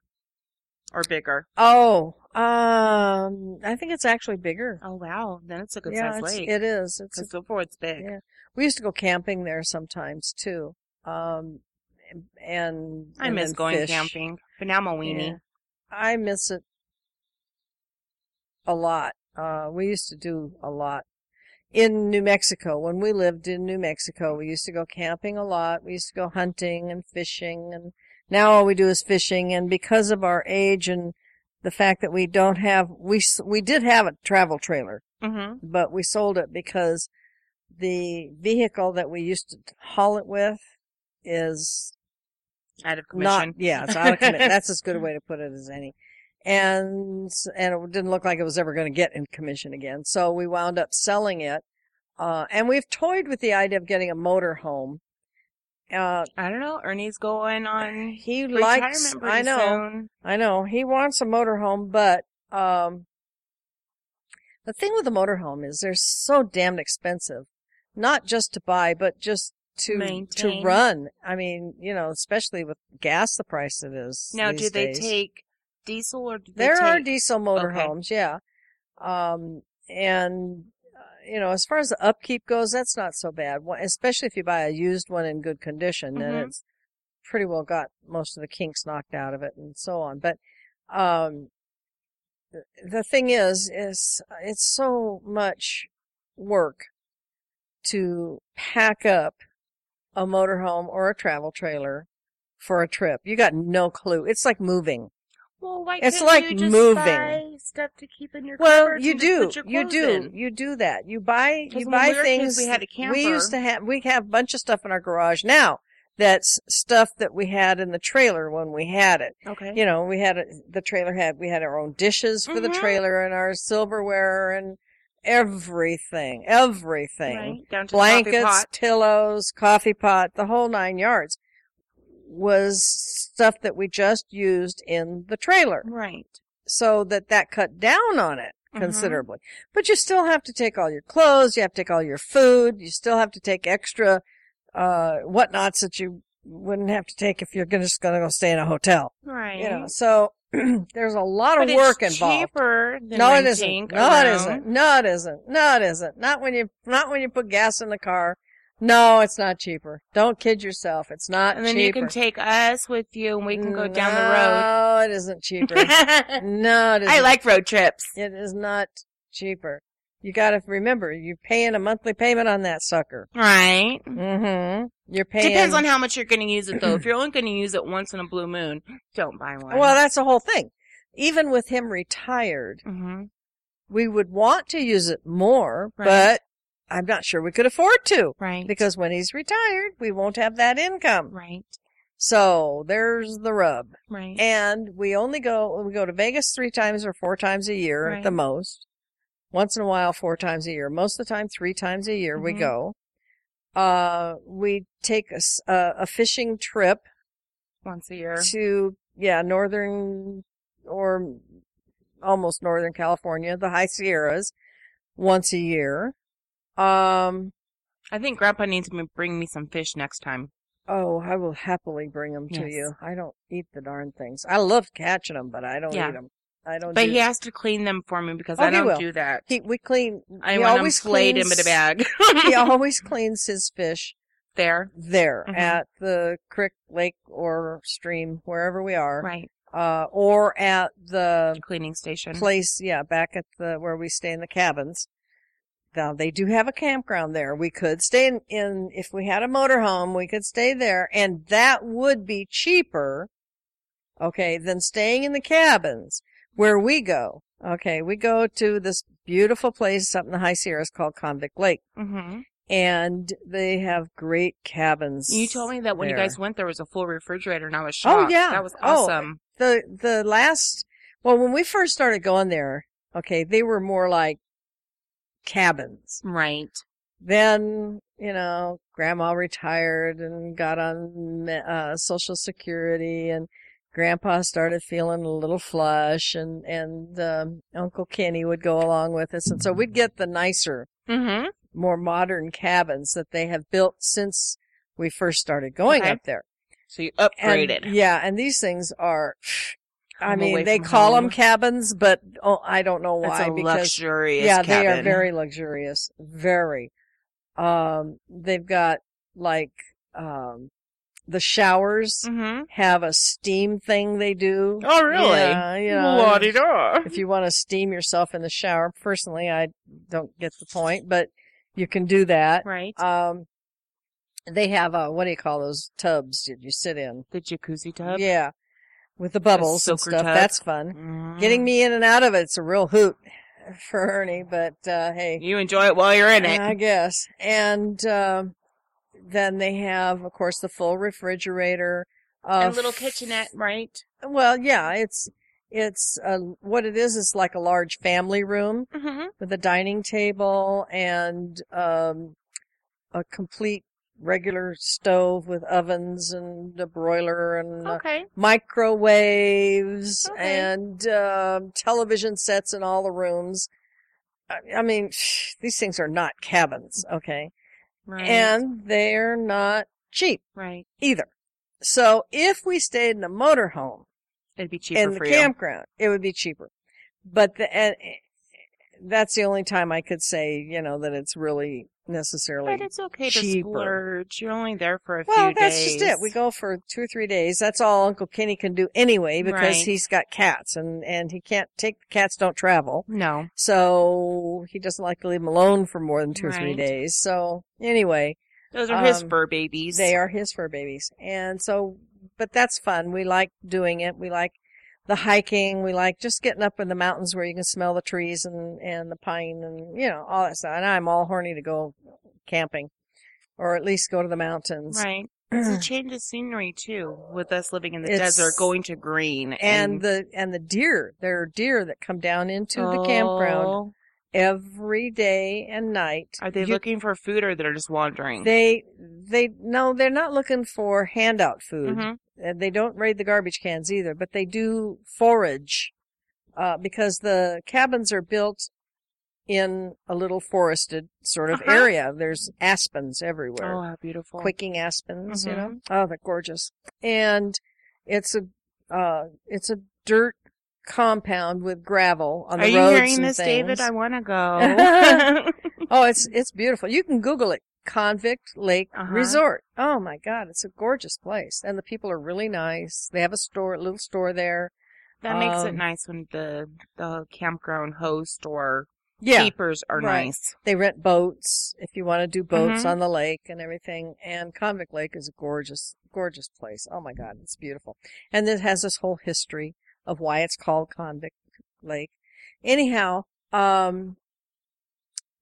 Speaker 2: or bigger?
Speaker 1: Oh, um, I think it's actually bigger.
Speaker 2: Oh wow, then it's a good
Speaker 1: yeah,
Speaker 2: sized
Speaker 1: it's,
Speaker 2: lake.
Speaker 1: it is. It's
Speaker 2: Because Silverwood's big.
Speaker 1: yeah. we used to go camping there sometimes too. Um, and
Speaker 2: I
Speaker 1: and
Speaker 2: miss
Speaker 1: then
Speaker 2: going
Speaker 1: fish.
Speaker 2: camping, but now I'm a weenie.
Speaker 1: Yeah. I miss it a lot. Uh, we used to do a lot in New Mexico. When we lived in New Mexico, we used to go camping a lot. We used to go hunting and fishing and now all we do is fishing. And because of our age and the fact that we don't have, we, s- we did have a travel trailer,
Speaker 2: Mm-hmm.
Speaker 1: but we sold it because the vehicle that we used to haul it with is
Speaker 2: Out of
Speaker 1: not
Speaker 2: commission.
Speaker 1: yeah it's out of commission that's as good a way to put it as any and and it didn't look like it was ever going to get in commission again so we wound up selling it uh and we've toyed with the idea of getting a motor home uh
Speaker 2: I don't know. Ernie's going on
Speaker 1: he likes
Speaker 2: retirement pretty
Speaker 1: i know
Speaker 2: soon.
Speaker 1: i know he wants a motor home but um the thing with a motor home is they're so damned expensive not just to buy but just to
Speaker 2: Maintain.
Speaker 1: to run i mean you know especially with gas the price it is
Speaker 2: Now,
Speaker 1: these
Speaker 2: do they
Speaker 1: days.
Speaker 2: take diesel or do they
Speaker 1: There are
Speaker 2: take-
Speaker 1: diesel motorhomes, yeah. Um, and uh, you know, as far as the upkeep goes, that's not so bad. Wha- Especially if you buy a used one in good condition, then
Speaker 2: Mhm.
Speaker 1: it's pretty well got most of the kinks knocked out of it and so on. But um, th- the thing is, is uh, it's so much work to pack up a motorhome or a travel trailer for a trip. You got no clue. It's like moving.
Speaker 2: Well, why
Speaker 1: It's
Speaker 2: couldn't
Speaker 1: like
Speaker 2: you just
Speaker 1: moving.
Speaker 2: buy stuff to keep in your
Speaker 1: Well,
Speaker 2: cupboards
Speaker 1: you
Speaker 2: and just
Speaker 1: do,
Speaker 2: put your
Speaker 1: you
Speaker 2: clothes
Speaker 1: do,
Speaker 2: in?
Speaker 1: you do that. You buy,
Speaker 2: 'Cause
Speaker 1: you
Speaker 2: when
Speaker 1: buy
Speaker 2: we were
Speaker 1: things.
Speaker 2: kids, we had a
Speaker 1: We used to
Speaker 2: camper.
Speaker 1: have, we have a bunch of stuff in our garage now. That's stuff that we had in the trailer when we had it.
Speaker 2: Okay.
Speaker 1: You know, we had a, the trailer had we had our own dishes for the
Speaker 2: Mhm.
Speaker 1: trailer and our silverware and everything, everything
Speaker 2: Right, down to the coffee
Speaker 1: blankets,
Speaker 2: pot.
Speaker 1: pillows, coffee pot, the whole nine yards was stuff that we just used in the trailer
Speaker 2: Right.
Speaker 1: so that that cut down on it
Speaker 2: Mhm.
Speaker 1: considerably. But you still have to take all your clothes. You have to take all your food. You still have to take extra uh, whatnots that you wouldn't have to take if you're gonna- just going to go stay in a hotel.
Speaker 2: Right.
Speaker 1: You know, so there's a lot of
Speaker 2: But it's
Speaker 1: work involved.
Speaker 2: cheaper than
Speaker 1: No, it
Speaker 2: renting
Speaker 1: isn't. No, it
Speaker 2: around.
Speaker 1: isn't. No, it isn't. No, it isn't. Not when you not when you put gas in the car. No, it's not cheaper. Don't kid yourself. It's not.
Speaker 2: And then
Speaker 1: cheaper.
Speaker 2: you can take us with you, and we can go down the road.
Speaker 1: No, it isn't cheaper. no, it isn't.
Speaker 2: I like road trips.
Speaker 1: It is not cheaper. You got to remember, you're paying a monthly payment on that sucker.
Speaker 2: Right.
Speaker 1: Mm-hmm. You're paying.
Speaker 2: Mm. Depends on how much you're going to use it, though. If you're only going to use it once in a blue moon, don't buy one.
Speaker 1: Well, that's the whole thing. Even with him retired,
Speaker 2: hmm
Speaker 1: we would want to use it more,
Speaker 2: Right.
Speaker 1: but I'm not sure we could afford to.
Speaker 2: right.
Speaker 1: Because when he's retired, we won't have that income.
Speaker 2: right.
Speaker 1: So there's the rub.
Speaker 2: Right.
Speaker 1: And we only go, we go to Vegas three times or four times a year at the
Speaker 2: Right.
Speaker 1: most. Once in a while, four times a year. Most of the time, three times a year we
Speaker 2: Mhm.
Speaker 1: go. Uh, we take a, s- a- a fishing trip
Speaker 2: once a year.
Speaker 1: to, yeah, northern or almost northern California, the high Sierras once a year. Um,
Speaker 2: I think Grandpa needs to bring me some fish next time.
Speaker 1: Oh, I will happily bring them to
Speaker 2: Yes.
Speaker 1: you. I don't eat the darn things. I love catching them, but I don't eat 'em.
Speaker 2: Yeah.
Speaker 1: eat them. I don't.
Speaker 2: But
Speaker 1: do
Speaker 2: he has to clean them for me because
Speaker 1: Oh,
Speaker 2: I
Speaker 1: he
Speaker 2: don't
Speaker 1: will.
Speaker 2: do that.
Speaker 1: He, we clean.
Speaker 2: I
Speaker 1: he
Speaker 2: want them
Speaker 1: always
Speaker 2: flayed
Speaker 1: cleans,
Speaker 2: in a bag.
Speaker 1: he always cleans his fish
Speaker 2: there.
Speaker 1: there
Speaker 2: Mhm.
Speaker 1: at the creek, lake, or stream, wherever we are,
Speaker 2: Right.
Speaker 1: uh, or at the
Speaker 2: Cleaning station.
Speaker 1: place. Yeah, back at the where we stay in the cabins. Now they do have a campground there. We could stay in, in if we had a motorhome, we could stay there, and that would be cheaper, okay, than staying in the cabins where we go. Okay, we go to this beautiful place up in the High Sierras called Convict Lake,
Speaker 2: hmm
Speaker 1: and they have great cabins.
Speaker 2: You told me that when you
Speaker 1: there.
Speaker 2: guys went there was a full refrigerator, and I was
Speaker 1: Oh,
Speaker 2: shocked.
Speaker 1: yeah.
Speaker 2: that was
Speaker 1: Oh,
Speaker 2: awesome.
Speaker 1: the the last well when we first started going there okay they were more like cabins
Speaker 2: right.
Speaker 1: then you know grandma retired and got on uh, social security and grandpa started feeling a little flush and and um, uncle kenny would go along with us and so we'd get the nicer
Speaker 2: Mm-hmm.
Speaker 1: more modern cabins that they have built since we first started going
Speaker 2: Okay.
Speaker 1: up there
Speaker 2: So you
Speaker 1: and,
Speaker 2: upgraded.
Speaker 1: Yeah, and these things are. I
Speaker 2: Home away
Speaker 1: mean, they
Speaker 2: from
Speaker 1: call them
Speaker 2: home.
Speaker 1: cabins, but oh, I don't know
Speaker 2: That's
Speaker 1: why
Speaker 2: a
Speaker 1: because
Speaker 2: luxurious
Speaker 1: yeah,
Speaker 2: cabin.
Speaker 1: they are very luxurious, very. Um, they've got like um, the showers
Speaker 2: Mm-hmm.
Speaker 1: have a steam thing they do.
Speaker 2: Oh, really?
Speaker 1: Yeah, you know,
Speaker 2: La-di-da.
Speaker 1: if you want to steam yourself in the shower, personally, I don't get the point, but you can do that.
Speaker 2: Right.
Speaker 1: Um, they have uh, what do you call those tubs that you sit in?
Speaker 2: the jacuzzi tub.
Speaker 1: Yeah, with the bubbles and
Speaker 2: soaker
Speaker 1: stuff.
Speaker 2: tub.
Speaker 1: That's fun.
Speaker 2: Mhm.
Speaker 1: Getting me in and out of it's a real hoot for Ernie, but uh, hey,
Speaker 2: You enjoy it while you're in it.
Speaker 1: I guess. And um then they have, of course, the full refrigerator. Uh,
Speaker 2: A little kitchenette, right?
Speaker 1: Well, yeah, it's it's uh, what it is. It's like a large family room
Speaker 2: Mm-hmm.
Speaker 1: with a dining table and um, a complete regular stove with ovens and a broiler and a
Speaker 2: Okay.
Speaker 1: microwaves
Speaker 2: Okay.
Speaker 1: and um, television sets in all the rooms. I, I mean, these things are not cabins,
Speaker 2: Mm.
Speaker 1: okay?
Speaker 2: Right.
Speaker 1: And they're not cheap
Speaker 2: right.
Speaker 1: either. So if we stayed in a motorhome,
Speaker 2: It'd be cheaper
Speaker 1: in the
Speaker 2: for you.
Speaker 1: campground. It would be cheaper. But the, and that's the only time I could say, you know, that it's really necessarily
Speaker 2: But it's okay to
Speaker 1: cheaper.
Speaker 2: splurge. You're only there for a
Speaker 1: Well,
Speaker 2: few
Speaker 1: that's
Speaker 2: days.
Speaker 1: just it. We go for two or three days. That's all Uncle Kenny can do anyway because
Speaker 2: Right.
Speaker 1: he's got cats and, and he can't take the cats don't travel.
Speaker 2: No.
Speaker 1: So he doesn't like to leave them alone for more than two or three
Speaker 2: Right.
Speaker 1: days. So anyway,
Speaker 2: Those are his
Speaker 1: Um,
Speaker 2: fur babies.
Speaker 1: they are his fur babies. And so, but that's fun. We like doing it. We like the hiking. We like just getting up in the mountains where you can smell the trees and, and the pine and, you know, all that stuff. And I'm all horny to go camping or at least go to the mountains.
Speaker 2: Right. It's a change of scenery too, with us living in the
Speaker 1: It's-
Speaker 2: desert, going to green
Speaker 1: and the and the deer there are deer that come down into the campground
Speaker 2: Oh,
Speaker 1: every day and night
Speaker 2: Are they
Speaker 1: You-
Speaker 2: looking for food or they're just wandering?
Speaker 1: they they no they're not looking for handout food
Speaker 2: Mhm.
Speaker 1: and they don't raid the garbage cans either but they do forage uh, because the cabins are built in a little forested sort of
Speaker 2: Uh-huh.
Speaker 1: area there's aspens everywhere
Speaker 2: Oh, how beautiful! Mm-hmm.
Speaker 1: quaking aspens, you know. Oh, they're gorgeous. And it's a uh, it's a dirt compound with gravel on
Speaker 2: are
Speaker 1: the
Speaker 2: you
Speaker 1: roads
Speaker 2: hearing
Speaker 1: and
Speaker 2: this,
Speaker 1: things.
Speaker 2: David? I want to go.
Speaker 1: oh, it's it's beautiful. You can Google it. Convict Lake
Speaker 2: Uh-huh.
Speaker 1: Resort. Oh my God, it's a gorgeous place, and the people are really nice. They have a store, little store there.
Speaker 2: that makes it
Speaker 1: Um,
Speaker 2: nice when the the campground host or
Speaker 1: Yeah,
Speaker 2: keepers are
Speaker 1: right.
Speaker 2: nice.
Speaker 1: they rent boats if you want to do boats
Speaker 2: Mhm.
Speaker 1: on the lake and everything. And Convict Lake is a gorgeous, gorgeous place. Oh my God, it's beautiful. And it has this whole history of why it's called Convict Lake. Anyhow, um,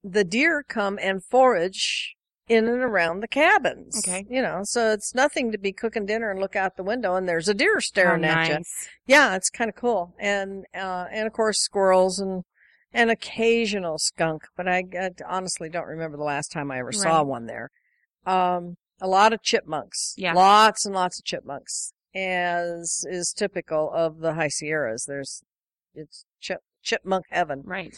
Speaker 1: the deer come and forage in and around the cabins.
Speaker 2: Okay.
Speaker 1: You know, so it's nothing to be cooking dinner and look out the window and there's a deer
Speaker 2: How
Speaker 1: staring at you
Speaker 2: nice.
Speaker 1: yeah, it's kind of cool, and uh, and of course squirrels and an occasional skunk, but I, I honestly don't remember the last time I ever saw
Speaker 2: Right.
Speaker 1: one there. Um, a lot of chipmunks,
Speaker 2: Yeah.
Speaker 1: lots and lots of chipmunks, as is typical of the high Sierras. There's it's chip, chipmunk heaven.
Speaker 2: Right.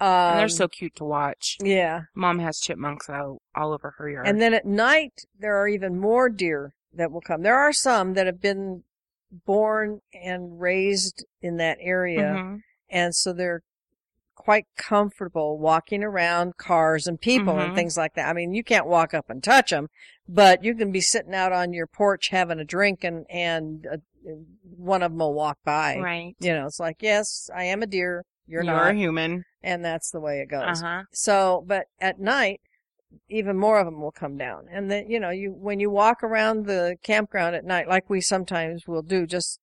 Speaker 1: Um,
Speaker 2: and they're so cute to watch.
Speaker 1: yeah,
Speaker 2: Mom has chipmunks all, all over her yard.
Speaker 1: and then at night there are even more deer that will come. There are some that have been born and raised in that area.
Speaker 2: Mhm.
Speaker 1: and so they're quite comfortable walking around cars and people and
Speaker 2: Mhm.
Speaker 1: things like that. I mean, you can't walk up and touch them, but you can be sitting out on your porch having a drink and and uh, one of them will walk by.
Speaker 2: right.
Speaker 1: You know, it's like, yes, I am a deer. You're
Speaker 2: You are
Speaker 1: not, Uh,
Speaker 2: a human. Uh-huh.
Speaker 1: and that's the way it goes.
Speaker 2: huh.
Speaker 1: So, but at night, even more of them will come down. And then, you know, you, when you walk around the campground at night, like we sometimes will do just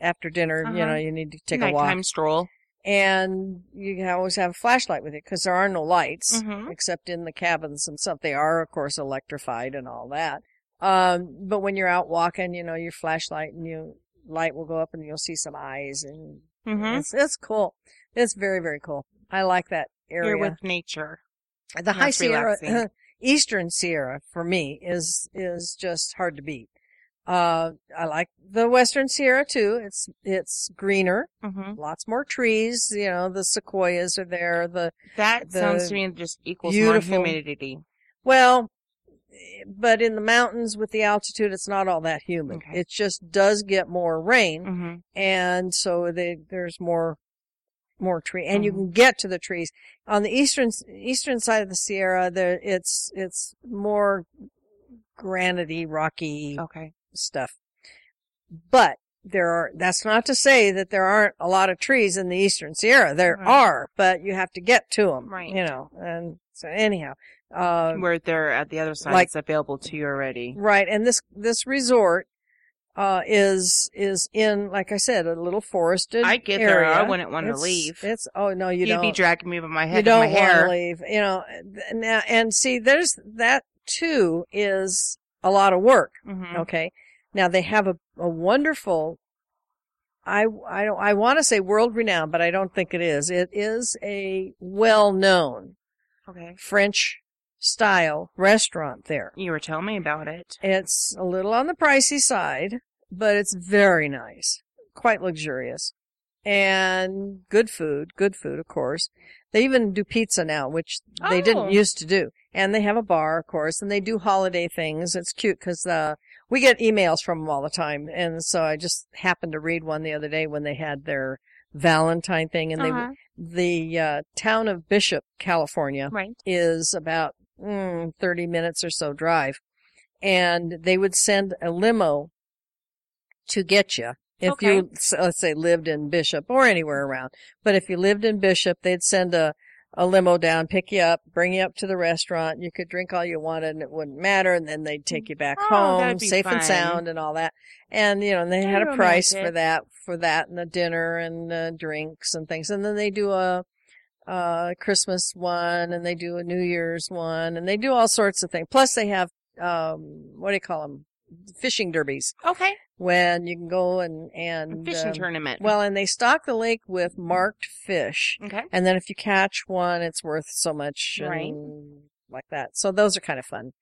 Speaker 1: after dinner, you
Speaker 2: Uh-huh.
Speaker 1: know, you need to take a walk
Speaker 2: Nighttime stroll.
Speaker 1: and you can always have a flashlight with it because there are no lights
Speaker 2: Mm-hmm.
Speaker 1: except in the cabins and stuff. They are, of course, electrified and all that. Um, but when you're out walking, you know, your flashlight and your light will go up and you'll see some eyes and
Speaker 2: Mm-hmm.
Speaker 1: it's, it's cool. It's very, very cool. I like that area.
Speaker 2: You're with nature.
Speaker 1: the high
Speaker 2: that's
Speaker 1: Sierra,
Speaker 2: relaxing.
Speaker 1: Eastern Sierra for me is, is just hard to beat. Uh, I like the Western Sierra too. It's, it's greener
Speaker 2: Mm-hmm.
Speaker 1: lots more trees. You know, the sequoias are there. The
Speaker 2: That
Speaker 1: The
Speaker 2: sounds to me just equals
Speaker 1: beautiful-
Speaker 2: more humidity.
Speaker 1: well, but in the mountains with the altitude, it's not all that humid.
Speaker 2: Okay.
Speaker 1: It just does get more rain,
Speaker 2: Mm-hmm.
Speaker 1: and so they, there's more more tree, and you
Speaker 2: Mhm.
Speaker 1: can get to the trees on the eastern eastern side of the Sierra. There, it's it's more granity, rocky
Speaker 2: Okay.
Speaker 1: stuff, but. There are, that's not to say that there aren't a lot of trees in the eastern Sierra. There
Speaker 2: Right.
Speaker 1: are, but you have to get to them.
Speaker 2: Right.
Speaker 1: You know, and so anyhow, uh,
Speaker 2: Where they're at the other side,
Speaker 1: like-
Speaker 2: it's available to you already.
Speaker 1: Right, and this this resort uh, is is in, like I said, a little forested.
Speaker 2: I get
Speaker 1: area.
Speaker 2: there. I wouldn't want to
Speaker 1: It's-
Speaker 2: leave.
Speaker 1: It's oh no, you
Speaker 2: You'd
Speaker 1: don't.
Speaker 2: be dragging me by my
Speaker 1: you
Speaker 2: head
Speaker 1: don't
Speaker 2: and my hair.
Speaker 1: want to leave. You know th- now, and see, there's that too is a lot of work.
Speaker 2: Mm-hmm.
Speaker 1: Okay, now they have a, a wonderful. I I don't I want to say world renowned, but I don't think it is. It is a well known
Speaker 2: Okay.
Speaker 1: French style restaurant there.
Speaker 2: You were telling me about it.
Speaker 1: It's a little on the pricey side, but it's very nice, quite luxurious, and good food. Good food, of course. They even do pizza now, which they
Speaker 2: Oh.
Speaker 1: didn't used to do. And they have a bar, of course, and they do holiday things. It's cute because uh, we get emails from them all the time. And so I just happened to read one the other day when they had their Valentine thing and
Speaker 2: Uh-huh.
Speaker 1: they, the, uh, town of Bishop, California
Speaker 2: right.
Speaker 1: is about mm, 30 minutes or so drive. And they would send a limo to get you. If
Speaker 2: Okay.
Speaker 1: you, s- let's say, lived in Bishop or anywhere around. But if you lived in Bishop, they'd send a, a limo down, pick you up, bring you up to the restaurant. You could drink all you wanted and it wouldn't matter. And then they'd take you back
Speaker 2: Oh,
Speaker 1: home
Speaker 2: that'd be
Speaker 1: safe
Speaker 2: fun.
Speaker 1: and sound and all that. And, you know, and they had a
Speaker 2: Very
Speaker 1: price for
Speaker 2: romantic.
Speaker 1: that, for that and the dinner and uh, drinks and things. And then they do a, uh, Christmas one and they do a New Year's one and they do all sorts of things. Plus they have, um, what do you call them? Fishing derbies
Speaker 2: Okay.
Speaker 1: when you can go and,
Speaker 2: A
Speaker 1: and,
Speaker 2: fishing
Speaker 1: um,
Speaker 2: tournament.
Speaker 1: well, and they stock the lake with marked fish.
Speaker 2: okay.
Speaker 1: And then if you catch one, it's worth so much and
Speaker 2: Right.
Speaker 1: like that. So those are kind of fun.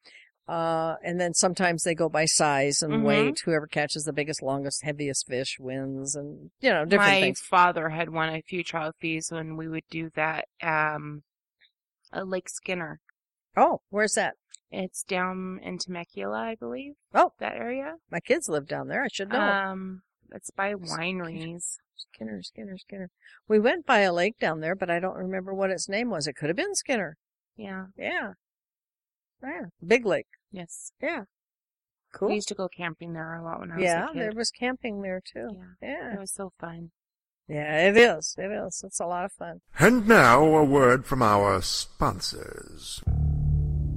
Speaker 1: Uh, and then sometimes they go by size and
Speaker 2: Mhm.
Speaker 1: weight. Whoever catches the biggest, longest, heaviest fish wins and, you know, different
Speaker 2: My
Speaker 1: things.
Speaker 2: father had won a few trophies when we would do that. Um, at Lake Skinner.
Speaker 1: Oh, where's that?
Speaker 2: It's down in Temecula, I believe.
Speaker 1: Oh.
Speaker 2: that area.
Speaker 1: My kids live down there. I should know.
Speaker 2: Um, it's by wineries.
Speaker 1: Skinner, Skinner, Skinner. We went by a lake down there, but I don't remember what its name was. It could have been Skinner.
Speaker 2: Yeah.
Speaker 1: Yeah. Yeah. Big Lake.
Speaker 2: Yes.
Speaker 1: Cool.
Speaker 2: We used to go camping there a lot when I
Speaker 1: yeah,
Speaker 2: was a
Speaker 1: there
Speaker 2: kid.
Speaker 1: was camping there too.
Speaker 2: Yeah.
Speaker 1: Yeah.
Speaker 2: It was so fun.
Speaker 1: Yeah, it is. It is. It's a lot of fun.
Speaker 3: And now a word from our sponsors.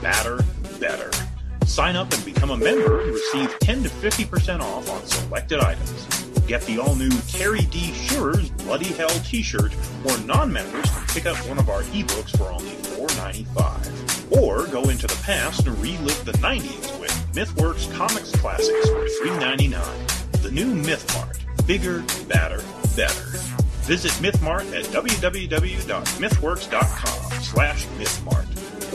Speaker 4: badder, better. Sign up and become a member and receive 10 to 50% off on selected items. Get the all new Terry D. Shearer's Bloody Hell t shirt, or non members can pick up one of our ebooks for only $4.95. Or go into the past and relive the 90s with MythWorks Comics Classics for $3.99. The new MythMart bigger, badder, better. Visit MythMart at www.mythworks.com slash MythMart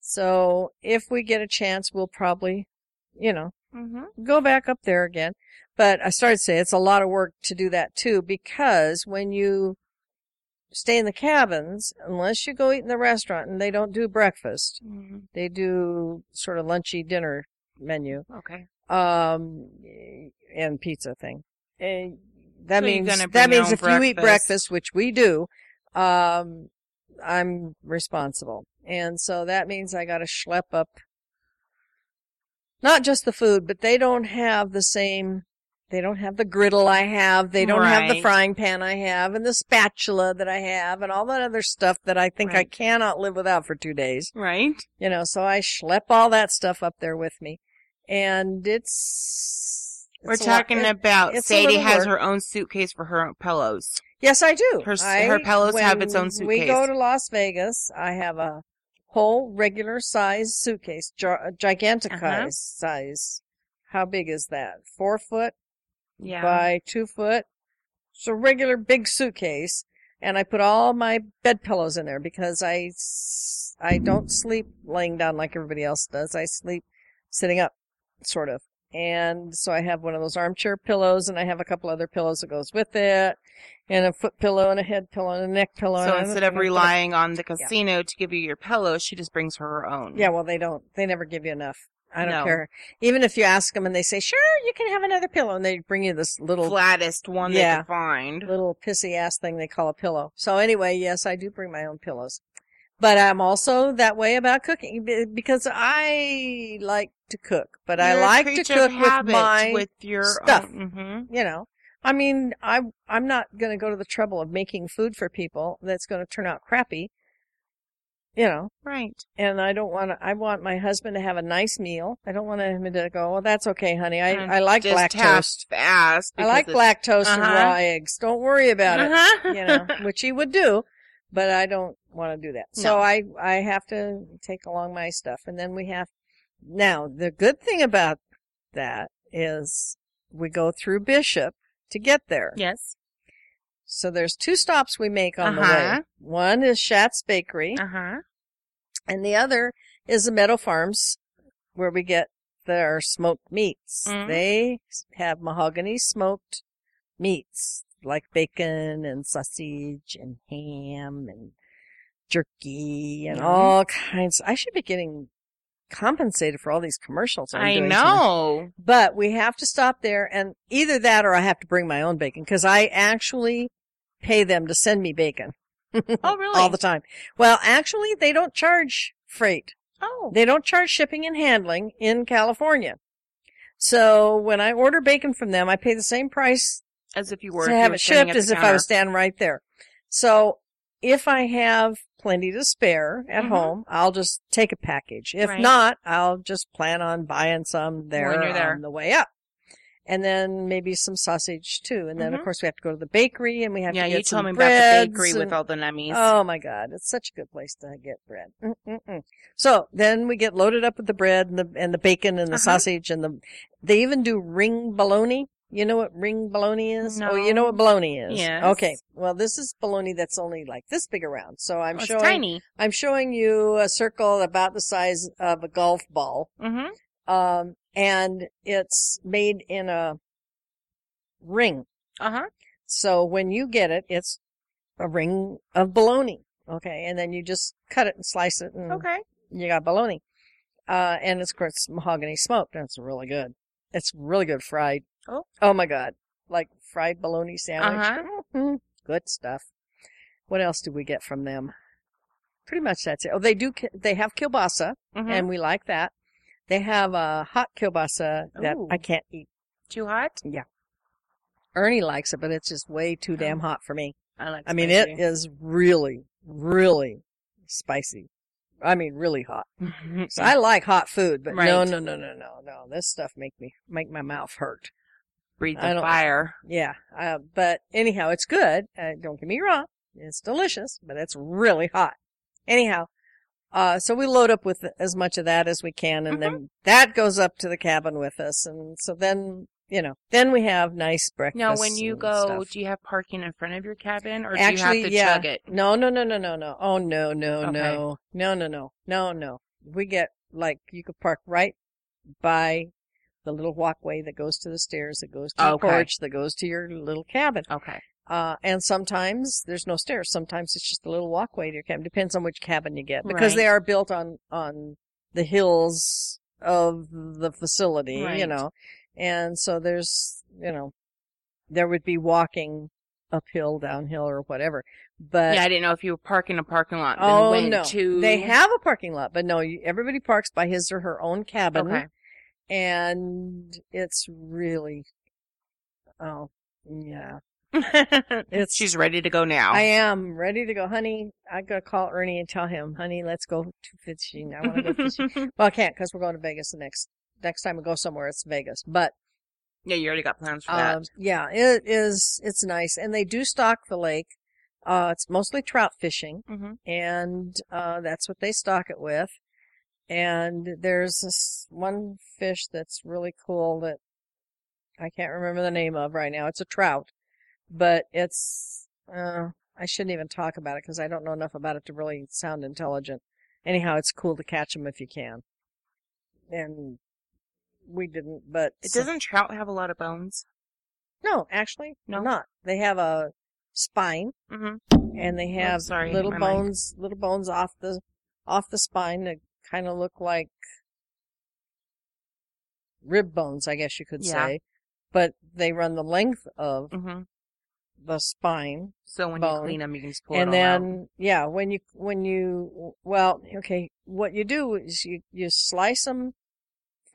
Speaker 1: So if we get a chance, we'll probably, you know,
Speaker 2: Mm-hmm.
Speaker 1: go back up there again. But I started to say it's a lot of work to do that too, because when you stay in the cabins, unless you go eat in the restaurant and they don't do breakfast,
Speaker 2: Mm-hmm.
Speaker 1: they do sort of lunchy dinner menu,
Speaker 2: Okay.
Speaker 1: um, and pizza thing. And that
Speaker 2: So you're
Speaker 1: means
Speaker 2: gonna
Speaker 1: that
Speaker 2: bring your
Speaker 1: means
Speaker 2: own
Speaker 1: if you eat
Speaker 2: breakfast.
Speaker 1: breakfast, which we do, um, I'm responsible, and so that means I got to schlep up. Not just the food, but they don't have the same. They don't have the griddle I have. They don't have the
Speaker 2: Right.
Speaker 1: frying pan I have, and the spatula that I have, and all that other stuff that I think I
Speaker 2: Right.
Speaker 1: cannot live without for two days
Speaker 2: Right.
Speaker 1: you know so i schlep all that stuff up there with me and it's,
Speaker 2: We're
Speaker 1: it's a lot-
Speaker 2: talking
Speaker 1: it-
Speaker 2: about
Speaker 1: it's a
Speaker 2: Sadie
Speaker 1: little
Speaker 2: has
Speaker 1: work.
Speaker 2: her own suitcase for her own pillows.
Speaker 1: yes i do
Speaker 2: her s-
Speaker 1: I-
Speaker 2: her pillows have its own
Speaker 1: when we go
Speaker 2: suitcase.
Speaker 1: to las vegas i have a whole regular size suitcase gi- gigantic
Speaker 2: Uh-huh.
Speaker 1: size how big is that four foot
Speaker 2: Yeah.
Speaker 1: by two foot. It's a regular big suitcase, and I put all my bed pillows in there because I s- I don't sleep laying down like everybody else does. I sleep sitting up, sort of. And so I have one of those armchair pillows, and I have a couple other pillows that goes with it, and a foot pillow, and a head pillow, and a neck pillow.
Speaker 2: so
Speaker 1: and-
Speaker 2: instead of
Speaker 1: and I put a-
Speaker 2: relying on the casino to give you your pillows, she just brings her own.
Speaker 1: yeah, well, they don't. They never give you enough. I don't
Speaker 2: No.
Speaker 1: care. Even if you ask them and they say, "Sure, you can have another pillow," and they bring you this little
Speaker 2: Flattest one
Speaker 1: Yeah.
Speaker 2: they could find.
Speaker 1: little pissy ass thing they call a pillow. So anyway, yes, I do bring my own pillows. But I'm also that way about cooking be- because I like to cook, but I
Speaker 2: You're a
Speaker 1: like to
Speaker 2: creature
Speaker 1: cook
Speaker 2: of
Speaker 1: with
Speaker 2: habit
Speaker 1: my,
Speaker 2: with your
Speaker 1: stuff.
Speaker 2: hmm
Speaker 1: you know, I mean, I I'm not going to go to the trouble of making food for people that's going to turn out crappy. You know,
Speaker 2: Right.
Speaker 1: and I don't want to. I want my husband to have a nice meal. I don't want him to go. Well, that's okay, honey. I
Speaker 2: And
Speaker 1: I like
Speaker 2: just
Speaker 1: black
Speaker 2: have
Speaker 1: toast.
Speaker 2: fast.
Speaker 1: I
Speaker 2: because
Speaker 1: like
Speaker 2: it's-
Speaker 1: black toast and
Speaker 2: uh-huh.
Speaker 1: raw eggs. Don't worry about it
Speaker 2: Uh-huh.
Speaker 1: you know, which he would do, but I don't want to do that. So
Speaker 2: No.
Speaker 1: I I have to take along my stuff, and then we have. Now the good thing about that is we go through Bishop to get there.
Speaker 2: yes.
Speaker 1: So there's two stops we make on the
Speaker 2: Uh-huh.
Speaker 1: way. One is Schatz Bakery,
Speaker 2: Uh huh.
Speaker 1: and the other is the Meadow Farms, where we get their smoked meats.
Speaker 2: Mm.
Speaker 1: They have mahogany smoked meats like bacon and sausage and ham and jerky and
Speaker 2: Yum.
Speaker 1: all kinds. I should be getting compensated for all these commercials. I'm
Speaker 2: I
Speaker 1: doing tonight.
Speaker 2: know.
Speaker 1: But we have to stop there, and either that or I have to bring my own bacon because I actually pay them to send me bacon.
Speaker 2: Oh, really?
Speaker 1: All the time. Well, actually, they don't charge freight.
Speaker 2: Oh.
Speaker 1: They don't charge shipping and handling in California. So when I order bacon from them, I pay the same price
Speaker 2: As if you were.
Speaker 1: to
Speaker 2: if you
Speaker 1: have
Speaker 2: were
Speaker 1: it
Speaker 2: standing
Speaker 1: shipped
Speaker 2: at
Speaker 1: as
Speaker 2: the
Speaker 1: if I was
Speaker 2: counter.
Speaker 1: standing right there. So if I have plenty to spare at
Speaker 2: Mhm.
Speaker 1: home, I'll just take a package. If
Speaker 2: Right.
Speaker 1: not, I'll just plan on buying some there,
Speaker 2: you're there.
Speaker 1: on the way up. And then maybe some sausage too. And then of
Speaker 2: Mhm. course
Speaker 1: course we have to go to the bakery and we have
Speaker 2: Yeah,
Speaker 1: to get
Speaker 2: you
Speaker 1: some
Speaker 2: told me about the
Speaker 1: breads
Speaker 2: bakery
Speaker 1: and,
Speaker 2: with all the nummies.
Speaker 1: Oh my God, it's such a good place to get bread. Mm-mm-mm. So then we get loaded up with the bread and the and the bacon and the
Speaker 2: Uh-huh.
Speaker 1: sausage and the. They even do ring bologna. You know what ring bologna is? Oh, you
Speaker 2: No.
Speaker 1: know what bologna is?
Speaker 2: Yes.
Speaker 1: Okay. Well, this is bologna that's only like this big around. So I'm
Speaker 2: Oh, it's
Speaker 1: showing
Speaker 2: tiny.
Speaker 1: I'm showing you a circle about the size of a golf ball.
Speaker 2: Mm-hmm.
Speaker 1: Um, and it's made in a ring.
Speaker 2: Uh huh.
Speaker 1: So when you get it, it's a ring of bologna. Okay. And then you just cut it and slice it and
Speaker 2: Okay.
Speaker 1: you got bologna. Uh, and it's, of course, mahogany smoked. That's really good. It's really good fried.
Speaker 2: Oh.
Speaker 1: Oh my God. Like fried bologna sandwich.
Speaker 2: Uh huh.
Speaker 1: Mhm. Good stuff. What else do we get from them? Pretty much that's it. Oh, they do, ki- they have kielbasa
Speaker 2: Mm-hmm,
Speaker 1: and we like that. They have a hot kielbasa that
Speaker 2: Ooh.
Speaker 1: I can't eat.
Speaker 2: Too hot?
Speaker 1: Ernie likes it, but it's just way too damn
Speaker 2: Oh.
Speaker 1: hot for me.
Speaker 2: I like.
Speaker 1: I mean,
Speaker 2: spicy.
Speaker 1: it is really, really spicy. I mean, really hot. So I like hot food, but no,
Speaker 2: Right.
Speaker 1: no, no, no, no, no. This stuff make me make my mouth hurt.
Speaker 2: breathe
Speaker 1: I
Speaker 2: the
Speaker 1: don't-
Speaker 2: fire.
Speaker 1: Yeah, uh, but anyhow, it's good. Uh, don't get me wrong; it's delicious, but it's really hot. Anyhow, uh, so we load up with as much of that as we can,
Speaker 2: Mm-hmm.
Speaker 1: and then that goes up to the cabin with us, and so then you know, then we have nice breakfast.
Speaker 2: Now, when you
Speaker 1: and
Speaker 2: go,
Speaker 1: stuff.
Speaker 2: do you have parking in front of your cabin, or do you
Speaker 1: Actually,
Speaker 2: have to
Speaker 1: yeah.
Speaker 2: chug it?
Speaker 1: No, no, no, no, no, no. Oh no, no,
Speaker 2: Okay.
Speaker 1: no, no, no, no, no, no. we get like you could park right by the little walkway that goes to the stairs, that goes to the
Speaker 2: Okay.
Speaker 1: porch, that goes to your little cabin.
Speaker 2: Okay.
Speaker 1: Uh, and sometimes there's no stairs. Sometimes it's just a little walkway to your cabin. Depends on which cabin you get because they are built on on the hills of the facility, you
Speaker 2: Right.
Speaker 1: know. And so there's, you know, there would be walking uphill, downhill, or whatever. But
Speaker 2: yeah, I didn't know if you were parking in a parking lot. and
Speaker 1: Uh, oh
Speaker 2: went
Speaker 1: no,
Speaker 2: To...
Speaker 1: they have a parking lot, but no, you- everybody parks by his or her own cabin,
Speaker 2: Okay.
Speaker 1: and it's really, oh yeah, it's
Speaker 2: She's ready to go now.
Speaker 1: I am ready to go, honey. I gotta call Ernie and tell him, honey, let's go to fishing. I want to go fishing. well, I can't because we're going to Vegas the next next time we go somewhere. It's Vegas, but
Speaker 2: yeah, you already got plans for that.
Speaker 1: um, yeah, it is. It's nice, and they do stock the lake. Uh, it's mostly trout fishing,
Speaker 2: Mhm.
Speaker 1: and uh, that's what they stock it with. And there's this one fish that's really cool that I can't remember the name of right now. It's a trout, but it's uh, I shouldn't even talk about it because I don't know enough about it to really sound intelligent. Anyhow, it's cool to catch them if you can, and we didn't. But
Speaker 2: It
Speaker 1: so-
Speaker 2: doesn't trout have a lot of bones?
Speaker 1: no, actually,
Speaker 2: No?
Speaker 1: not. They have a spine,
Speaker 2: Mm-hmm.
Speaker 1: and they have
Speaker 2: sorry,
Speaker 1: little
Speaker 2: my mind.
Speaker 1: bones, little bones off the off the spine that kind of look like rib bones, I guess you could
Speaker 2: Yeah.
Speaker 1: say. But they run the length of
Speaker 2: Mm-hmm.
Speaker 1: the spine,
Speaker 2: So when you
Speaker 1: Bone.
Speaker 2: clean them, you can just pull
Speaker 1: and
Speaker 2: it all out.
Speaker 1: then yeah, when you when you well, okay, what you do is you you slice them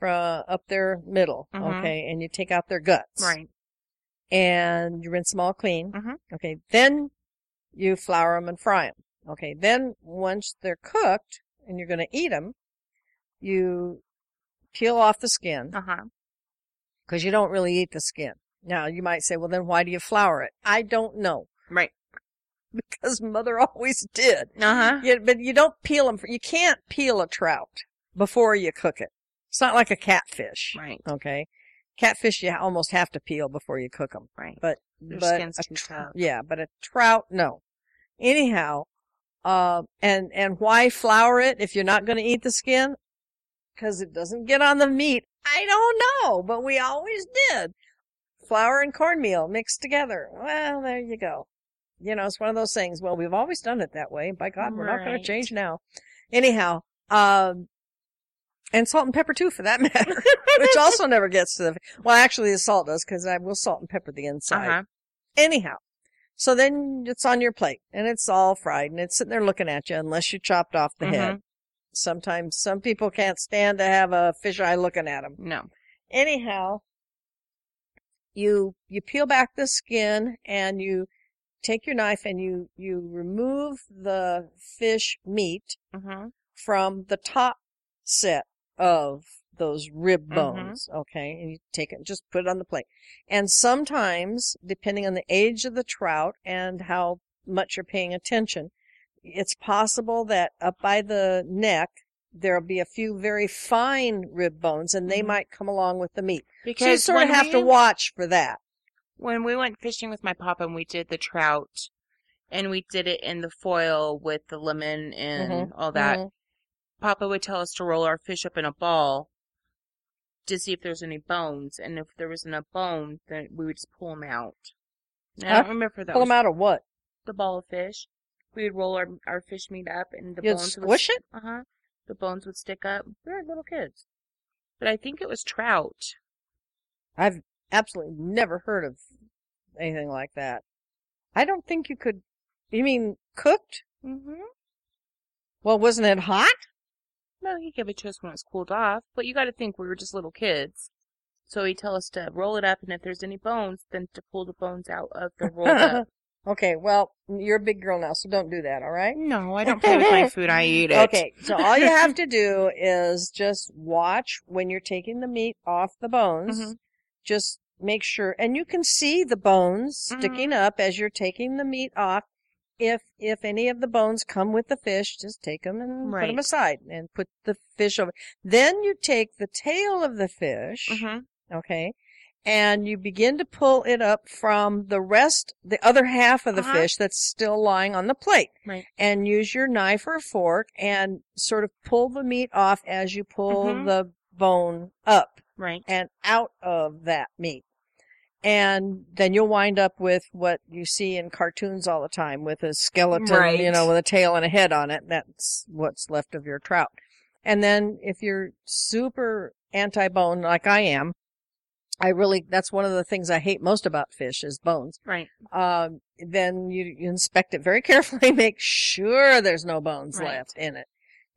Speaker 1: from up their middle,
Speaker 2: Mhm.
Speaker 1: okay, and you take out their guts,
Speaker 2: Right.
Speaker 1: and you rinse them all clean.
Speaker 2: Mhm.
Speaker 1: Okay, then you flour them and fry them. Okay, then once they're cooked and you're going to eat them, you peel off the skin
Speaker 2: Uh huh.
Speaker 1: because you don't really eat the skin. Now you might say, well, then why do you flour it? I don't know
Speaker 2: Right.
Speaker 1: because mother always did.
Speaker 2: Uh huh.
Speaker 1: You, but you don't peel them. You can't peel a trout before you cook it. It's not like a catfish.
Speaker 2: Right.
Speaker 1: Okay, catfish you almost have to peel before you cook them.
Speaker 2: Right.
Speaker 1: But
Speaker 2: Their
Speaker 1: but
Speaker 2: skin's
Speaker 1: a
Speaker 2: too
Speaker 1: tr-
Speaker 2: tough.
Speaker 1: yeah, but a trout, no. Anyhow, uh, and and why flour it if you're not going to eat the skin? Because it doesn't get on the meat. I don't know, but we always did. Flour and cornmeal mixed together. Well, there you go. You know, it's one of those things. Well, we've always done it that way. By God, we're not going
Speaker 2: Right.
Speaker 1: to change now. Anyhow, um, and salt and pepper too, for that matter, which also never gets to the. Well, actually, the salt does because I will salt and pepper the inside.
Speaker 2: Uh-huh.
Speaker 1: Anyhow, so then it's on your plate and it's all fried and it's sitting there looking at you unless you chopped off the head. Sometimes some people can't stand to have a fisheye looking at them.
Speaker 2: No.
Speaker 1: Anyhow, you you peel back the skin and you take your knife and you you remove the fish meat
Speaker 2: Mm-hmm.
Speaker 1: from the top set of those rib
Speaker 2: Mhm.
Speaker 1: bones, okay? And you take it and just put it on the plate. And sometimes, depending on the age of the trout and how much you're paying attention, it's possible that up by the neck there'll be a few very fine rib bones and they
Speaker 2: Mhm.
Speaker 1: might come along with the meat.
Speaker 2: Because
Speaker 1: So you sort of
Speaker 2: when
Speaker 1: have to
Speaker 2: we-
Speaker 1: watch for that.
Speaker 2: When we went fishing with my papa and we did the trout and we did it in the foil with the lemon and Mm-hmm. all that,
Speaker 1: Mhm.
Speaker 2: papa would tell us to roll our fish up in a ball to see if there's any bones. And if there wasn't a bone, then we would just pull them out. And I
Speaker 1: Huh?
Speaker 2: don't remember if that
Speaker 1: Pull
Speaker 2: was
Speaker 1: them out of what?
Speaker 2: the ball of fish. We would roll our, our fish meat up and the
Speaker 1: You'd
Speaker 2: bones
Speaker 1: squish
Speaker 2: would,
Speaker 1: it?
Speaker 2: Uh huh. The bones would stick up. We were little kids. But I think it was trout.
Speaker 1: I've absolutely never heard of anything like that. I don't think you could. You mean cooked?
Speaker 2: Mm-hmm.
Speaker 1: Well, wasn't it hot?
Speaker 2: No, he gave it to us when it was cooled off. But you got to think we were just little kids, so he'd tell us to roll it up, and if there's any bones, then to pull the bones out of the rolled up.
Speaker 1: okay, well, you're a big girl now, so don't do that, all right?
Speaker 2: No, I don't play with my food. I eat it.
Speaker 1: Okay, so all you have to do is just watch when you're taking the meat off the bones.
Speaker 2: Mhm.
Speaker 1: Just make sure, and you can see the bones
Speaker 2: Mm-hmm.
Speaker 1: sticking up as you're taking the meat off. If if any of the bones come with the fish, just take them and put them
Speaker 2: Right.
Speaker 1: aside and put the fish over. Then you take the tail of the fish,
Speaker 2: Mm-hmm.
Speaker 1: okay, and you begin to pull it up from the rest, the other half of the
Speaker 2: Uh-huh.
Speaker 1: fish that's still lying on the plate.
Speaker 2: Right.
Speaker 1: And use your knife or fork and sort of pull the meat off as you pull
Speaker 2: Mhm.
Speaker 1: the bone up
Speaker 2: Right.
Speaker 1: and out of that meat. And then you'll wind up with what you see in cartoons all the time with a skeleton, you
Speaker 2: Right.
Speaker 1: know, with a tail and a head on it. That's what's left of your trout. And then if you're super anti bone like I am, I really, that's one of the things I hate most about fish is bones.
Speaker 2: Right.
Speaker 1: Um, then you, you inspect it very carefully, make sure there's no bones
Speaker 2: Right.
Speaker 1: left in it.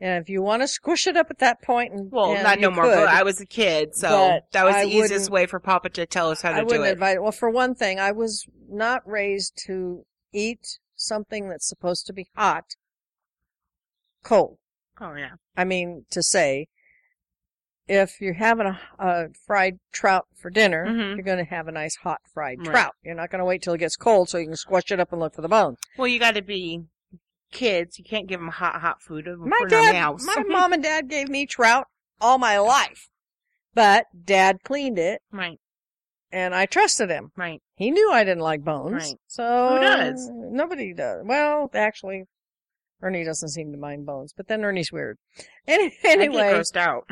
Speaker 1: And if you want to squish it up at that point, and
Speaker 2: Well,
Speaker 1: and
Speaker 2: not
Speaker 1: you
Speaker 2: no more.
Speaker 1: could,
Speaker 2: But I was a kid, so
Speaker 1: But
Speaker 2: that was
Speaker 1: I
Speaker 2: the easiest
Speaker 1: wouldn't-
Speaker 2: way for Papa to tell us how to
Speaker 1: I
Speaker 2: do
Speaker 1: wouldn't
Speaker 2: it.
Speaker 1: invite it. Well, for one thing, I was not raised to eat something that's supposed to be hot, cold.
Speaker 2: oh yeah.
Speaker 1: I mean, to say, if you're having a, a fried trout for dinner,
Speaker 2: Mhm.
Speaker 1: you're going to have a nice hot fried
Speaker 2: Right.
Speaker 1: trout. You're not going to wait till it gets cold so you can squash it up and look for the bones.
Speaker 2: Well, you got to be kids. You can't give them hot, hot food. if
Speaker 1: My
Speaker 2: we're not in the
Speaker 1: dad,
Speaker 2: house.
Speaker 1: my mom and dad gave me trout all my life, but dad cleaned it
Speaker 2: right.
Speaker 1: and I trusted him.
Speaker 2: Right.
Speaker 1: He knew I didn't like bones.
Speaker 2: Right.
Speaker 1: So
Speaker 2: Who does?
Speaker 1: Nobody does. Well, actually, Ernie doesn't seem to mind bones, but then Ernie's weird. Any,
Speaker 2: I
Speaker 1: anyway,
Speaker 2: get grossed out.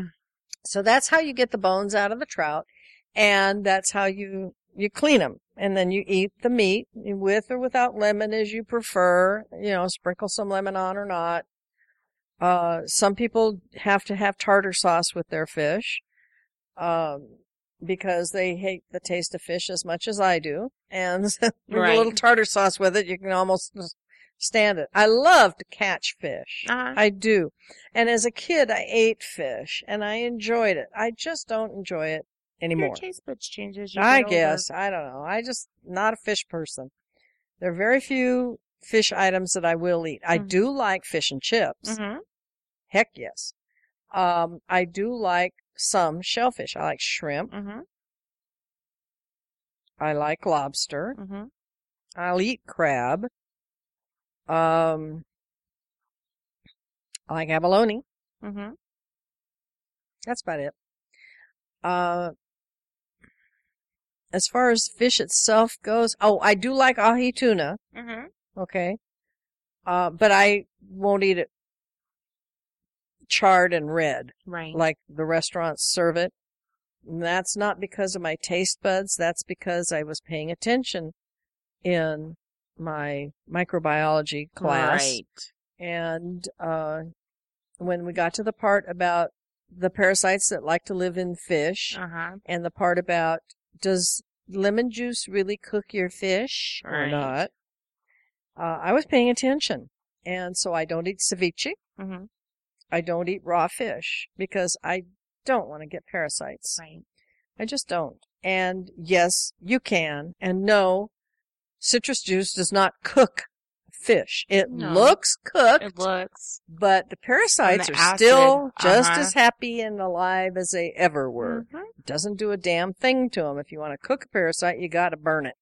Speaker 1: so that's how you get the bones out of the trout, and that's how you you clean them, and then you eat the meat with or without lemon as you prefer. You know, sprinkle some lemon on or not. Uh, some people have to have tartar sauce with their fish, um, because they hate the taste of fish as much as I do, and with a
Speaker 2: Right.
Speaker 1: little tartar sauce with it, you can almost stand it. I love to catch fish.
Speaker 2: Uh-huh.
Speaker 1: I do. And as a kid, I ate fish and I enjoyed it. I just don't enjoy it
Speaker 2: Your
Speaker 1: anymore.
Speaker 2: taste buds changes. you
Speaker 1: I
Speaker 2: get older.
Speaker 1: guess. I don't know. I just not a fish person. There are very few fish items that I will eat. I
Speaker 2: Mhm.
Speaker 1: do like fish and chips.
Speaker 2: Mhm.
Speaker 1: Heck yes. Um, I do like some shellfish. I like shrimp.
Speaker 2: Mhm.
Speaker 1: I like lobster.
Speaker 2: Mhm.
Speaker 1: I'll eat crab. Um, I like abalone.
Speaker 2: Mhm.
Speaker 1: That's about it. Uh, as far as fish itself goes, oh, I do like ahi tuna.
Speaker 2: Mhm.
Speaker 1: Okay. Uh, but I won't eat it charred and red
Speaker 2: Right.
Speaker 1: like the restaurants serve it. And that's not because of my taste buds. That's because I was paying attention in my microbiology class
Speaker 2: Right.
Speaker 1: and uh, when we got to the part about the parasites that like to live in fish
Speaker 2: Uh huh.
Speaker 1: and the part about does lemon juice really cook your fish or
Speaker 2: Right.
Speaker 1: not uh, i was paying attention and so i don't eat ceviche
Speaker 2: Mhm.
Speaker 1: i don't eat raw fish because i don't want to get parasites
Speaker 2: Right.
Speaker 1: i just don't and yes you can and no citrus juice does not cook fish it
Speaker 2: No.
Speaker 1: looks cooked
Speaker 2: It looks.
Speaker 1: but the parasites
Speaker 2: the
Speaker 1: are
Speaker 2: acid,
Speaker 1: still just
Speaker 2: uh-huh.
Speaker 1: as happy and alive as they ever were.
Speaker 2: Mhm.
Speaker 1: Doesn't do a damn thing to them. If you want to cook a parasite, you got to burn it.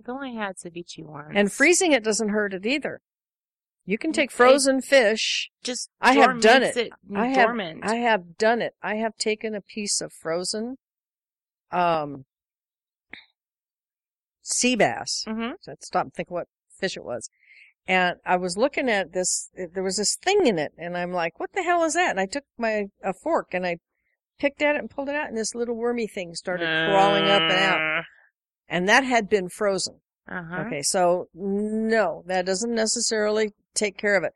Speaker 2: I've only had ceviche once.
Speaker 1: And freezing it doesn't hurt it either. You can take
Speaker 2: They-
Speaker 1: frozen fish.
Speaker 2: Just
Speaker 1: I have done
Speaker 2: dormants
Speaker 1: it. I have-
Speaker 2: dormant.
Speaker 1: I have done it. I have taken a piece of frozen, um, sea bass.
Speaker 2: Mhm.
Speaker 1: So I stopped and think what fish it was. And I was looking at this, there was this thing in it, and I'm like, what the hell is that? And I took my, a fork and I picked at it and pulled it out, and this little wormy thing started crawling up and out. And that had been frozen.
Speaker 2: Uh huh.
Speaker 1: Okay, so no, that doesn't necessarily take care of it,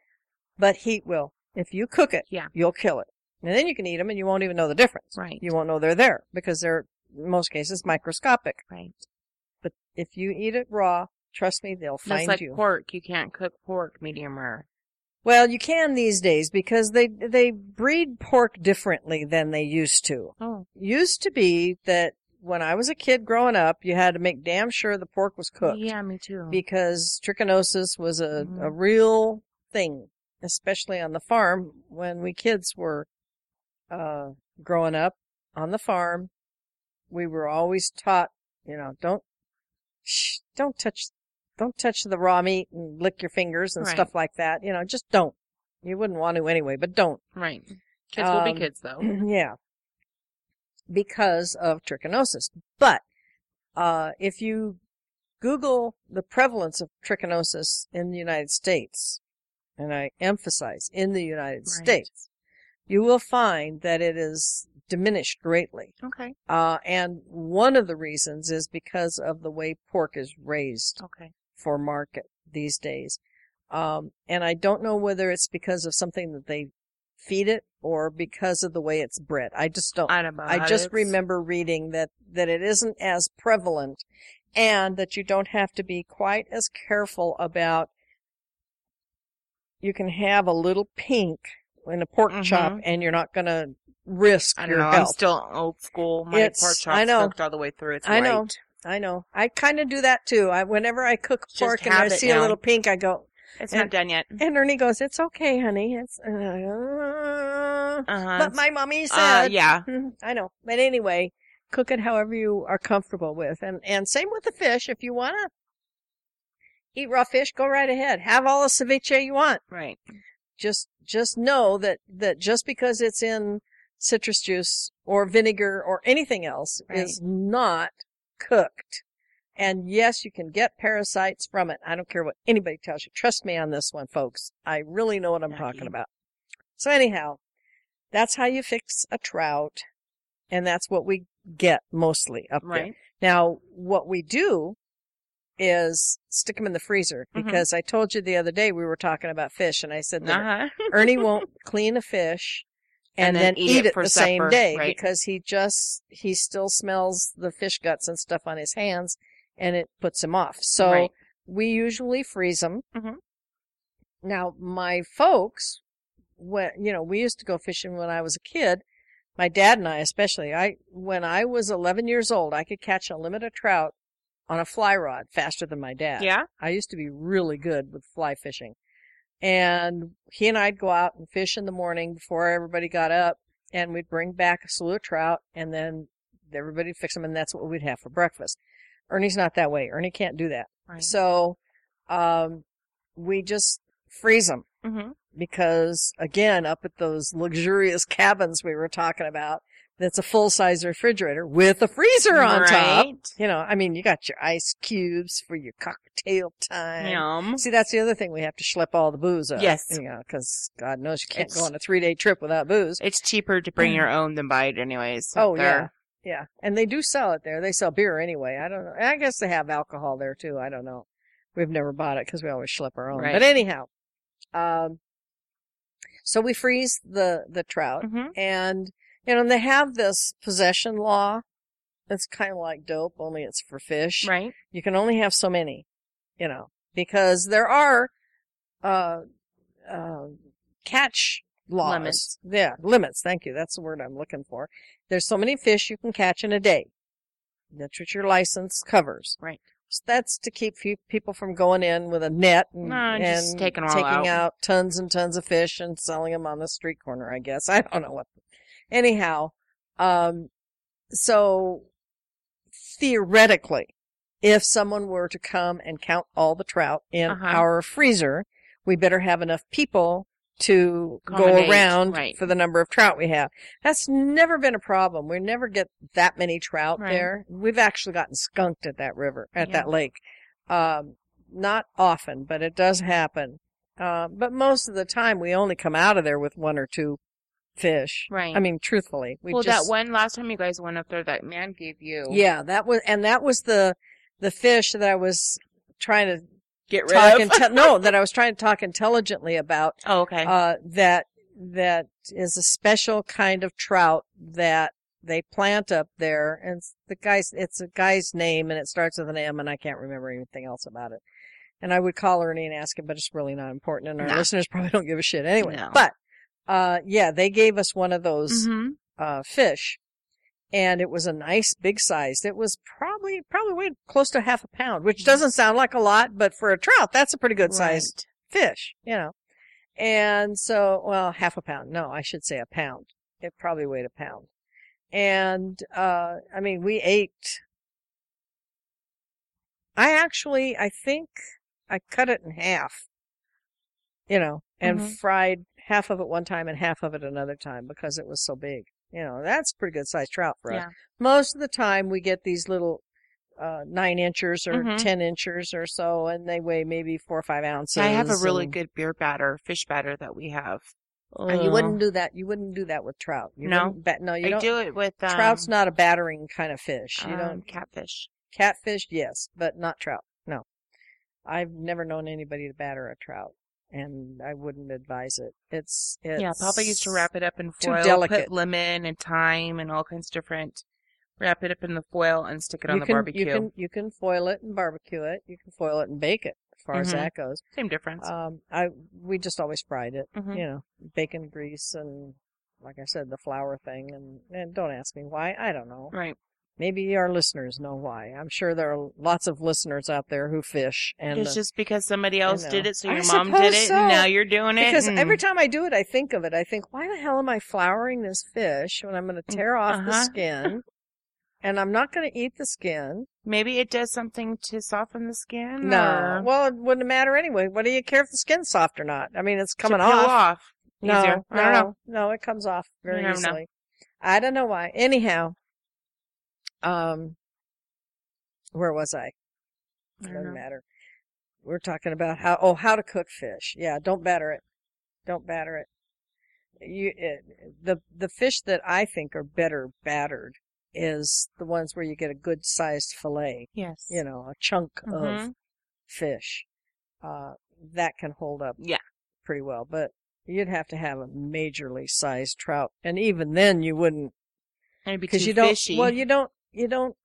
Speaker 1: but heat will. If you cook it,
Speaker 2: Yeah.
Speaker 1: you'll kill it. And then you can eat them and you won't even know the difference.
Speaker 2: Right.
Speaker 1: You won't know they're there because they're, in most cases, microscopic.
Speaker 2: Right.
Speaker 1: But if you eat it raw, trust me, they'll
Speaker 2: That's
Speaker 1: find
Speaker 2: like
Speaker 1: you.
Speaker 2: pork. You can't cook pork medium rare.
Speaker 1: Well, you can these days because they they breed pork differently than they used to.
Speaker 2: Oh.
Speaker 1: Used to be that when I was a kid growing up, you had to make damn sure the pork was cooked
Speaker 2: Yeah, me too.
Speaker 1: because trichinosis was a, a
Speaker 2: Mhm.
Speaker 1: real thing, especially on the farm when we kids were uh, growing up on the farm. We were always taught, you know, don't shh, don't touch don't touch the raw meat and lick your fingers and
Speaker 2: Right.
Speaker 1: stuff like that. You know, just don't. You wouldn't want to anyway, but don't.
Speaker 2: right. Kids will
Speaker 1: Um,
Speaker 2: be kids though.
Speaker 1: yeah. Because of trichinosis. But Uh, if you Google the prevalence of trichinosis in the United States, and I emphasize in the United
Speaker 2: Right.
Speaker 1: States, you will find that it is diminished greatly.
Speaker 2: Okay.
Speaker 1: Uh, and one of the reasons is because of the way pork is raised
Speaker 2: Okay.
Speaker 1: for market these days. Um, and I don't know whether it's because of something that they feed it or because of the way it's bred. Oh, I just don't. I just
Speaker 2: Antibiotics.
Speaker 1: remember reading that, that it isn't as prevalent and that you don't have to be quite as careful about you can have a little pink in a pork chop
Speaker 2: Mhm.
Speaker 1: and you're not going to risk
Speaker 2: I don't
Speaker 1: your
Speaker 2: know. I'm
Speaker 1: health.
Speaker 2: still old school. My
Speaker 1: It's-
Speaker 2: pork
Speaker 1: I
Speaker 2: chop's
Speaker 1: know.
Speaker 2: cooked all the way through. It's
Speaker 1: I know.
Speaker 2: white.
Speaker 1: I know. I kind of do that too. I whenever I cook
Speaker 2: Just
Speaker 1: pork and I
Speaker 2: habit
Speaker 1: see a
Speaker 2: now.
Speaker 1: little pink, I go,
Speaker 2: It's
Speaker 1: And-
Speaker 2: not done yet.
Speaker 1: And Ernie goes, "It's okay, honey. It's." And I go, "Uh,
Speaker 2: Uh huh.
Speaker 1: but my mommy said.
Speaker 2: Uh, yeah.
Speaker 1: Hmm, I know. But anyway, cook it however you are comfortable with, and and same with the fish. If you wanna eat raw fish, go right ahead. Have all the ceviche you want.
Speaker 2: Right.
Speaker 1: Just just know that that just because it's in citrus juice or vinegar or anything else is not cooked. And yes, you can get parasites from it. I don't care what anybody tells you. Trust me on this one, folks. I really know what I'm
Speaker 2: Yucky.
Speaker 1: talking about. So anyhow, that's how you fix a trout. And that's what we get mostly up there.
Speaker 2: Right.
Speaker 1: Now, what we do is stick them in the freezer
Speaker 2: Mhm.
Speaker 1: because I told you the other day we were talking about fish and I said that
Speaker 2: Uh huh.
Speaker 1: Ernie won't clean a fish and, then, eat, it,
Speaker 2: for
Speaker 1: the same
Speaker 2: supper,
Speaker 1: day
Speaker 2: right.
Speaker 1: because he just he still smells the fish guts and stuff on his hands and it puts him off. So
Speaker 2: Right.
Speaker 1: we usually freeze them.
Speaker 2: Mhm.
Speaker 1: Now my folks, when you know, we used to go fishing when I was a kid. My dad and I, especially, I when I was 11 years old, I could catch a limit of trout on a fly rod faster than my dad.
Speaker 2: Yeah.
Speaker 1: I used to be really good with fly fishing. And he and I'd go out and fish in the morning before everybody got up, and we'd bring back a slew of trout, and then everybody'd fix them, and that's what we'd have for breakfast. Ernie's not that way. Ernie can't do that.
Speaker 2: Right.
Speaker 1: So um, we just freeze them
Speaker 2: Mhm.
Speaker 1: because, again, up at those luxurious cabins we were talking about, that's a full size refrigerator with a freezer on top.
Speaker 2: Right.
Speaker 1: You know, I mean, you got your ice cubes for your cocktail time.
Speaker 2: Yum.
Speaker 1: See, that's the other thing. We have to schlep all the booze up.
Speaker 2: Yes.
Speaker 1: You know, because God knows you can't go
Speaker 2: It's-
Speaker 1: on a three day trip without booze.
Speaker 2: It's cheaper to bring your own than buy it, anyways. up
Speaker 1: Oh,
Speaker 2: there.
Speaker 1: yeah. Yeah. And they do sell it there. They sell beer anyway. I don't know. I guess they have alcohol there too. I don't know. We've never bought it because we always schlep our own.
Speaker 2: Right.
Speaker 1: But anyhow, um, so we freeze the, the trout
Speaker 2: Mhm.
Speaker 1: and, you know, and they have this possession law. It's kind of like dope, only it's for fish
Speaker 2: Right.
Speaker 1: you can only have so many, you know, because there are uh, uh, catch laws.
Speaker 2: Limits.
Speaker 1: Yeah, limits. Thank you. That's the word I'm looking for. There's so many fish you can catch in a day. That's what your license covers.
Speaker 2: Right.
Speaker 1: So that's to keep fe- people from going in with a net and,
Speaker 2: No, just
Speaker 1: and
Speaker 2: taking 'em all
Speaker 1: taking
Speaker 2: out.
Speaker 1: tons and tons of fish and selling them on the street corner. I guess I don't know what. Anyhow, um, so theoretically, if someone were to come and count all the trout in
Speaker 2: Uh-huh.
Speaker 1: our freezer, we better have enough people to go
Speaker 2: Accommodate,
Speaker 1: around
Speaker 2: right.
Speaker 1: for the number of trout we have. That's never been a problem. We never get that many trout
Speaker 2: Right.
Speaker 1: there. We've actually gotten skunked at that river, at
Speaker 2: Yeah.
Speaker 1: that lake. Um, not often, but it does happen. Uh, but most of the time, we only come out of there with one or two fish.
Speaker 2: Right.
Speaker 1: I mean, truthfully, we
Speaker 2: well,
Speaker 1: just
Speaker 2: that one last time you guys went up there, that man gave you.
Speaker 1: yeah, that was, and that was the the fish that I was trying to
Speaker 2: Get rid
Speaker 1: talk
Speaker 2: of.
Speaker 1: inte- no, that I was trying to talk intelligently about.
Speaker 2: oh, okay.
Speaker 1: Uh, that that is a special kind of trout that they plant up there, and it's the guy's it's a guy's name, and it starts with an M, and I can't remember anything else about it. And I would call Ernie and ask him, but it's really not important, and our
Speaker 2: Nah.
Speaker 1: listeners probably don't give a shit anyway.
Speaker 2: No.
Speaker 1: But uh, yeah, they gave us one of those
Speaker 2: hmm
Speaker 1: uh, fish, and it was a nice big size. It was probably probably weighed close to half a pound, which doesn't sound like a lot, but for a trout, that's a pretty good sized fish, you know. And so, well, half a pound. No, I should say a pound. It probably weighed a pound. And uh, I mean, we ate. I actually, I think I cut it in half, you know, and
Speaker 2: Mhm.
Speaker 1: fried half of it one time and half of it another time because it was so big. You know, that's pretty good sized trout for us.
Speaker 2: Yeah.
Speaker 1: Most of the time, we get these little uh, nine inchers or
Speaker 2: Mhm.
Speaker 1: 10 inchers or so, and they weigh maybe four or five ounces.
Speaker 2: I have a really
Speaker 1: and-
Speaker 2: good beer batter, fish batter that we have.
Speaker 1: And you
Speaker 2: Uh,
Speaker 1: wouldn't do that. You wouldn't do that with trout. You
Speaker 2: No.
Speaker 1: wouldn't Ba- no, you
Speaker 2: I
Speaker 1: don't.
Speaker 2: do it with um,
Speaker 1: Trout's not a battering kind of fish. You
Speaker 2: um,
Speaker 1: don't.
Speaker 2: catfish.
Speaker 1: Catfish, yes, but not trout. No. I've never known anybody to batter a trout, and I wouldn't advise it. It's, it's
Speaker 2: yeah, Papa used to wrap it up in
Speaker 1: too
Speaker 2: foil,
Speaker 1: delicate.
Speaker 2: put lemon and thyme and all kinds of different. Wrap it up in the foil and stick it on
Speaker 1: you
Speaker 2: the
Speaker 1: can,
Speaker 2: barbecue.
Speaker 1: You can you can foil it and barbecue it. You can foil it and bake it. As far as
Speaker 2: Mhm.
Speaker 1: that goes,
Speaker 2: Same difference.
Speaker 1: um, I we just always fried it.
Speaker 2: Mhm.
Speaker 1: You know, bacon grease and like I said, the flour thing. And, and don't ask me why. I don't know.
Speaker 2: Right.
Speaker 1: Maybe our listeners know why. I'm sure there are lots of listeners out there who fish. And
Speaker 2: it's
Speaker 1: uh,
Speaker 2: just because somebody else
Speaker 1: know.
Speaker 2: did it, so
Speaker 1: I
Speaker 2: your mom did
Speaker 1: suppose
Speaker 2: it, and now
Speaker 1: so.
Speaker 2: you're doing it. mm.
Speaker 1: because
Speaker 2: and-
Speaker 1: every time I do it, I think of it. I think, why the hell am I flouring this fish when I'm going to tear off the
Speaker 2: uh-huh.
Speaker 1: skin, and I'm not going to eat the skin?
Speaker 2: maybe it does something to soften the skin.
Speaker 1: No.
Speaker 2: or
Speaker 1: Well, it wouldn't matter anyway. What do you care if the skin's soft or not? I mean, it's
Speaker 2: to
Speaker 1: coming
Speaker 2: peel
Speaker 1: off.
Speaker 2: off.
Speaker 1: No,
Speaker 2: Easier.
Speaker 1: no,
Speaker 2: I don't know.
Speaker 1: no, it comes off very
Speaker 2: I don't know.
Speaker 1: easily. I don't know why. Anyhow, um, where was I?
Speaker 2: I
Speaker 1: It
Speaker 2: don't
Speaker 1: doesn't
Speaker 2: know.
Speaker 1: matter. We're talking about how oh how to cook fish. Yeah, don't batter it. Don't batter it. You it, the the fish that I think are better battered is the ones where you get a good sized fillet.
Speaker 2: Yes.
Speaker 1: You know, a chunk of
Speaker 2: Mhm.
Speaker 1: fish, uh, that can hold up
Speaker 2: Yeah.
Speaker 1: pretty well. But you'd have to have a majorly sized trout, and even then you wouldn't
Speaker 2: And it'd be too
Speaker 1: because you don't.
Speaker 2: fishy.
Speaker 1: Well, you don't. You don't.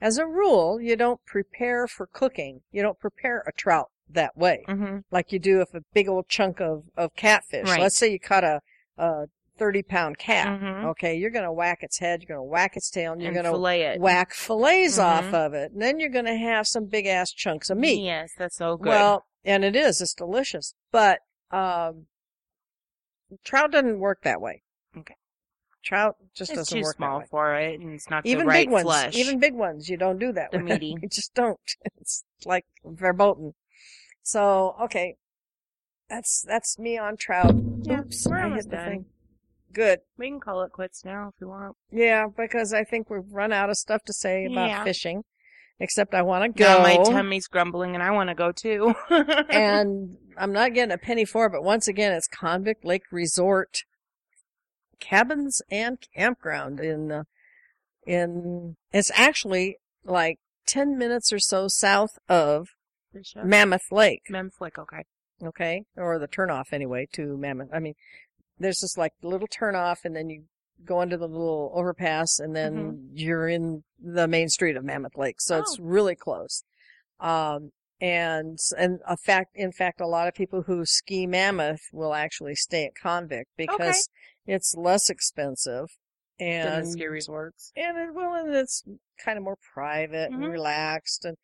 Speaker 1: As a rule, you don't prepare for cooking. You don't prepare a trout that way,
Speaker 2: hmm
Speaker 1: like you do if a big old chunk of of catfish.
Speaker 2: Right.
Speaker 1: Let's say you caught a a thirty pound cat.
Speaker 2: Mhm.
Speaker 1: Okay, you're gonna whack its head. You're gonna whack its tail. And Oh, you're
Speaker 2: and
Speaker 1: gonna
Speaker 2: fillet it.
Speaker 1: whack fillets off
Speaker 2: Mhm.
Speaker 1: of it, and then you're going to have some big ass chunks of meat.
Speaker 2: Yes, that's so good.
Speaker 1: well, and it is, it's delicious, but um, trout doesn't work that way.
Speaker 2: Okay.
Speaker 1: trout just
Speaker 2: it's
Speaker 1: doesn't
Speaker 2: too
Speaker 1: work
Speaker 2: small
Speaker 1: that way.
Speaker 2: for it, and it's not
Speaker 1: Even
Speaker 2: the right
Speaker 1: big ones,
Speaker 2: flesh.
Speaker 1: even big ones, you don't do that.
Speaker 2: The
Speaker 1: with.
Speaker 2: meaty.
Speaker 1: you just don't. It's like verboten. So okay, that's that's me on trout.
Speaker 2: Yeah,
Speaker 1: Oops,
Speaker 2: we're
Speaker 1: I
Speaker 2: almost
Speaker 1: hit the
Speaker 2: done.
Speaker 1: thing. Good.
Speaker 2: We can call it quits now if you want.
Speaker 1: Yeah, because I think we've run out of stuff to say about
Speaker 2: Yeah.
Speaker 1: fishing. Except I want to
Speaker 2: Now
Speaker 1: go,
Speaker 2: my tummy's grumbling, and I want to go too.
Speaker 1: and I'm not getting a penny for it. But once again, it's Convict Lake Resort cabins and campground in uh, in it's actually like ten minutes or so south of
Speaker 2: Bishop?
Speaker 1: Mammoth Lake.
Speaker 2: Mem Flick, okay.
Speaker 1: okay, or the turnoff anyway to Mammoth. I mean, there's this like little turnoff, and then you go under the little overpass, and
Speaker 2: Mm-hmm.
Speaker 1: then you're in the main street of Mammoth Lake. So it's
Speaker 2: Oh.
Speaker 1: really close. Um, and and a fact, in fact, a lot of people who ski Mammoth will actually stay at Convict because it's less expensive
Speaker 2: Then the
Speaker 1: and
Speaker 2: ski resorts.
Speaker 1: and it, well, and it's kind of more private and
Speaker 2: Mhm.
Speaker 1: relaxed, and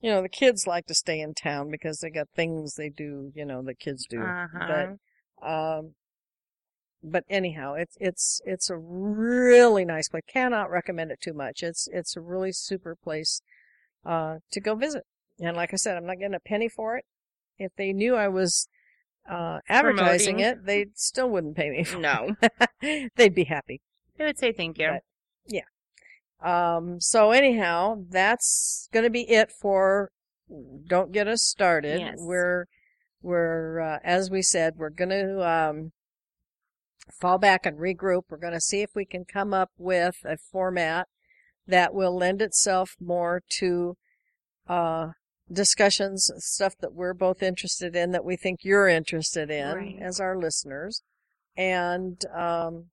Speaker 1: you know the kids like to stay in town because they got things they do. You know the kids do,
Speaker 2: Uh-huh.
Speaker 1: but um, but anyhow, it's it's it's a really nice place. Cannot recommend it too much. It's it's a really super place uh, to go visit. And like I said, I'm not getting a penny for it. If they knew I was uh, advertising
Speaker 2: Promoting.
Speaker 1: it, they still wouldn't pay me. For
Speaker 2: No.
Speaker 1: it. They'd be happy.
Speaker 2: They would say thank you.
Speaker 1: But- Um, so anyhow, that's going to be it for don't get us started.
Speaker 2: Yes.
Speaker 1: We're, we're, uh, as we said, we're going to, um, fall back and regroup. We're going to see if we can come up with a format that will lend itself more to, uh, discussions, stuff that we're both interested in, that we think you're interested in
Speaker 2: Right.
Speaker 1: as our listeners. And, um,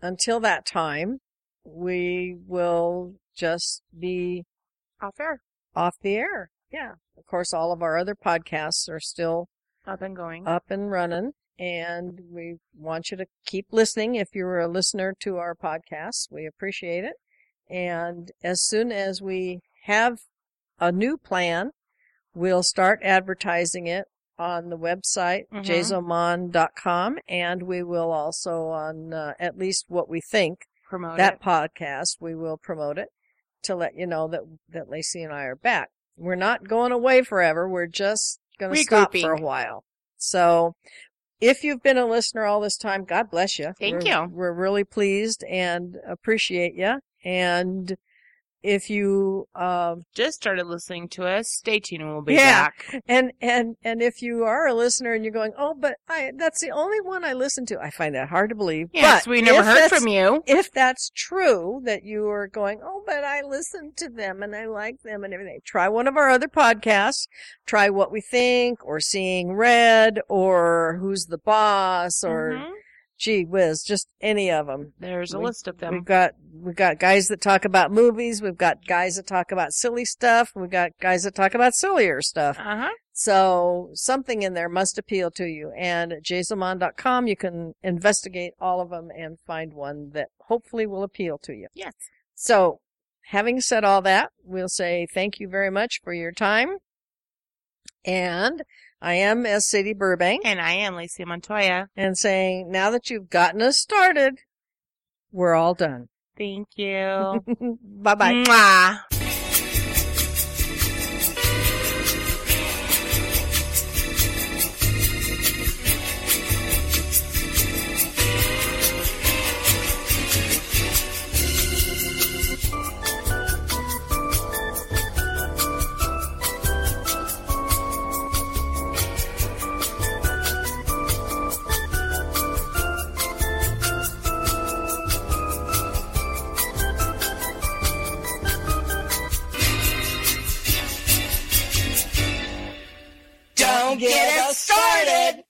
Speaker 1: until that time, we will just be
Speaker 2: Off air.
Speaker 1: off the air. Yeah. Of course, all of our other podcasts are still
Speaker 2: Up and going.
Speaker 1: up and running, and we want you to keep listening. If you're a listener to our podcasts, we appreciate it. And as soon as we have a new plan, we'll start advertising it on the website
Speaker 2: Mhm.
Speaker 1: jazoman.com, and we will also on uh, at least what we think
Speaker 2: Promote
Speaker 1: that
Speaker 2: it.
Speaker 1: podcast. We will promote it to let you know that that Lacey and I are back. We're not going away forever. We're just going to stop for a
Speaker 2: Regrouping.
Speaker 1: while. So, if you've been a listener all this time, God bless you.
Speaker 2: Thank
Speaker 1: We're-
Speaker 2: you.
Speaker 1: We're really pleased and appreciate you. And if you um,
Speaker 2: Just started listening to us. Stay tuned. We'll be
Speaker 1: Yeah.
Speaker 2: back.
Speaker 1: And and and if you are a listener and you're going, oh, but I that's the only one I listen to. I find that hard to believe.
Speaker 2: Yes,
Speaker 1: but
Speaker 2: we never
Speaker 1: if
Speaker 2: heard
Speaker 1: that's-
Speaker 2: from you.
Speaker 1: If that's true, that you are going, oh, but I listen to them and I like them and everything. Try one of our other podcasts. Try what we think, or Seeing Red, or Who's the Boss, or
Speaker 2: Mhm.
Speaker 1: Gee Whiz, just any of them.
Speaker 2: There's a
Speaker 1: we-
Speaker 2: list of
Speaker 1: We've
Speaker 2: them.
Speaker 1: got we've got guys that talk about movies. We've got guys that talk about silly stuff. We've got guys that talk about sillier stuff.
Speaker 2: Uh huh.
Speaker 1: So something in there must appeal to you. And at jasamon.com, you can investigate all of them and find one that hopefully will appeal to you.
Speaker 2: Yes.
Speaker 1: So having said all that, we'll say thank you very much for your time. And I am S. City Burbank
Speaker 2: And I am Lacey Montoya.
Speaker 1: and saying now that you've gotten us started, we're all done.
Speaker 2: Thank you.
Speaker 1: bye bye.
Speaker 2: Mwah.
Speaker 5: Don't get it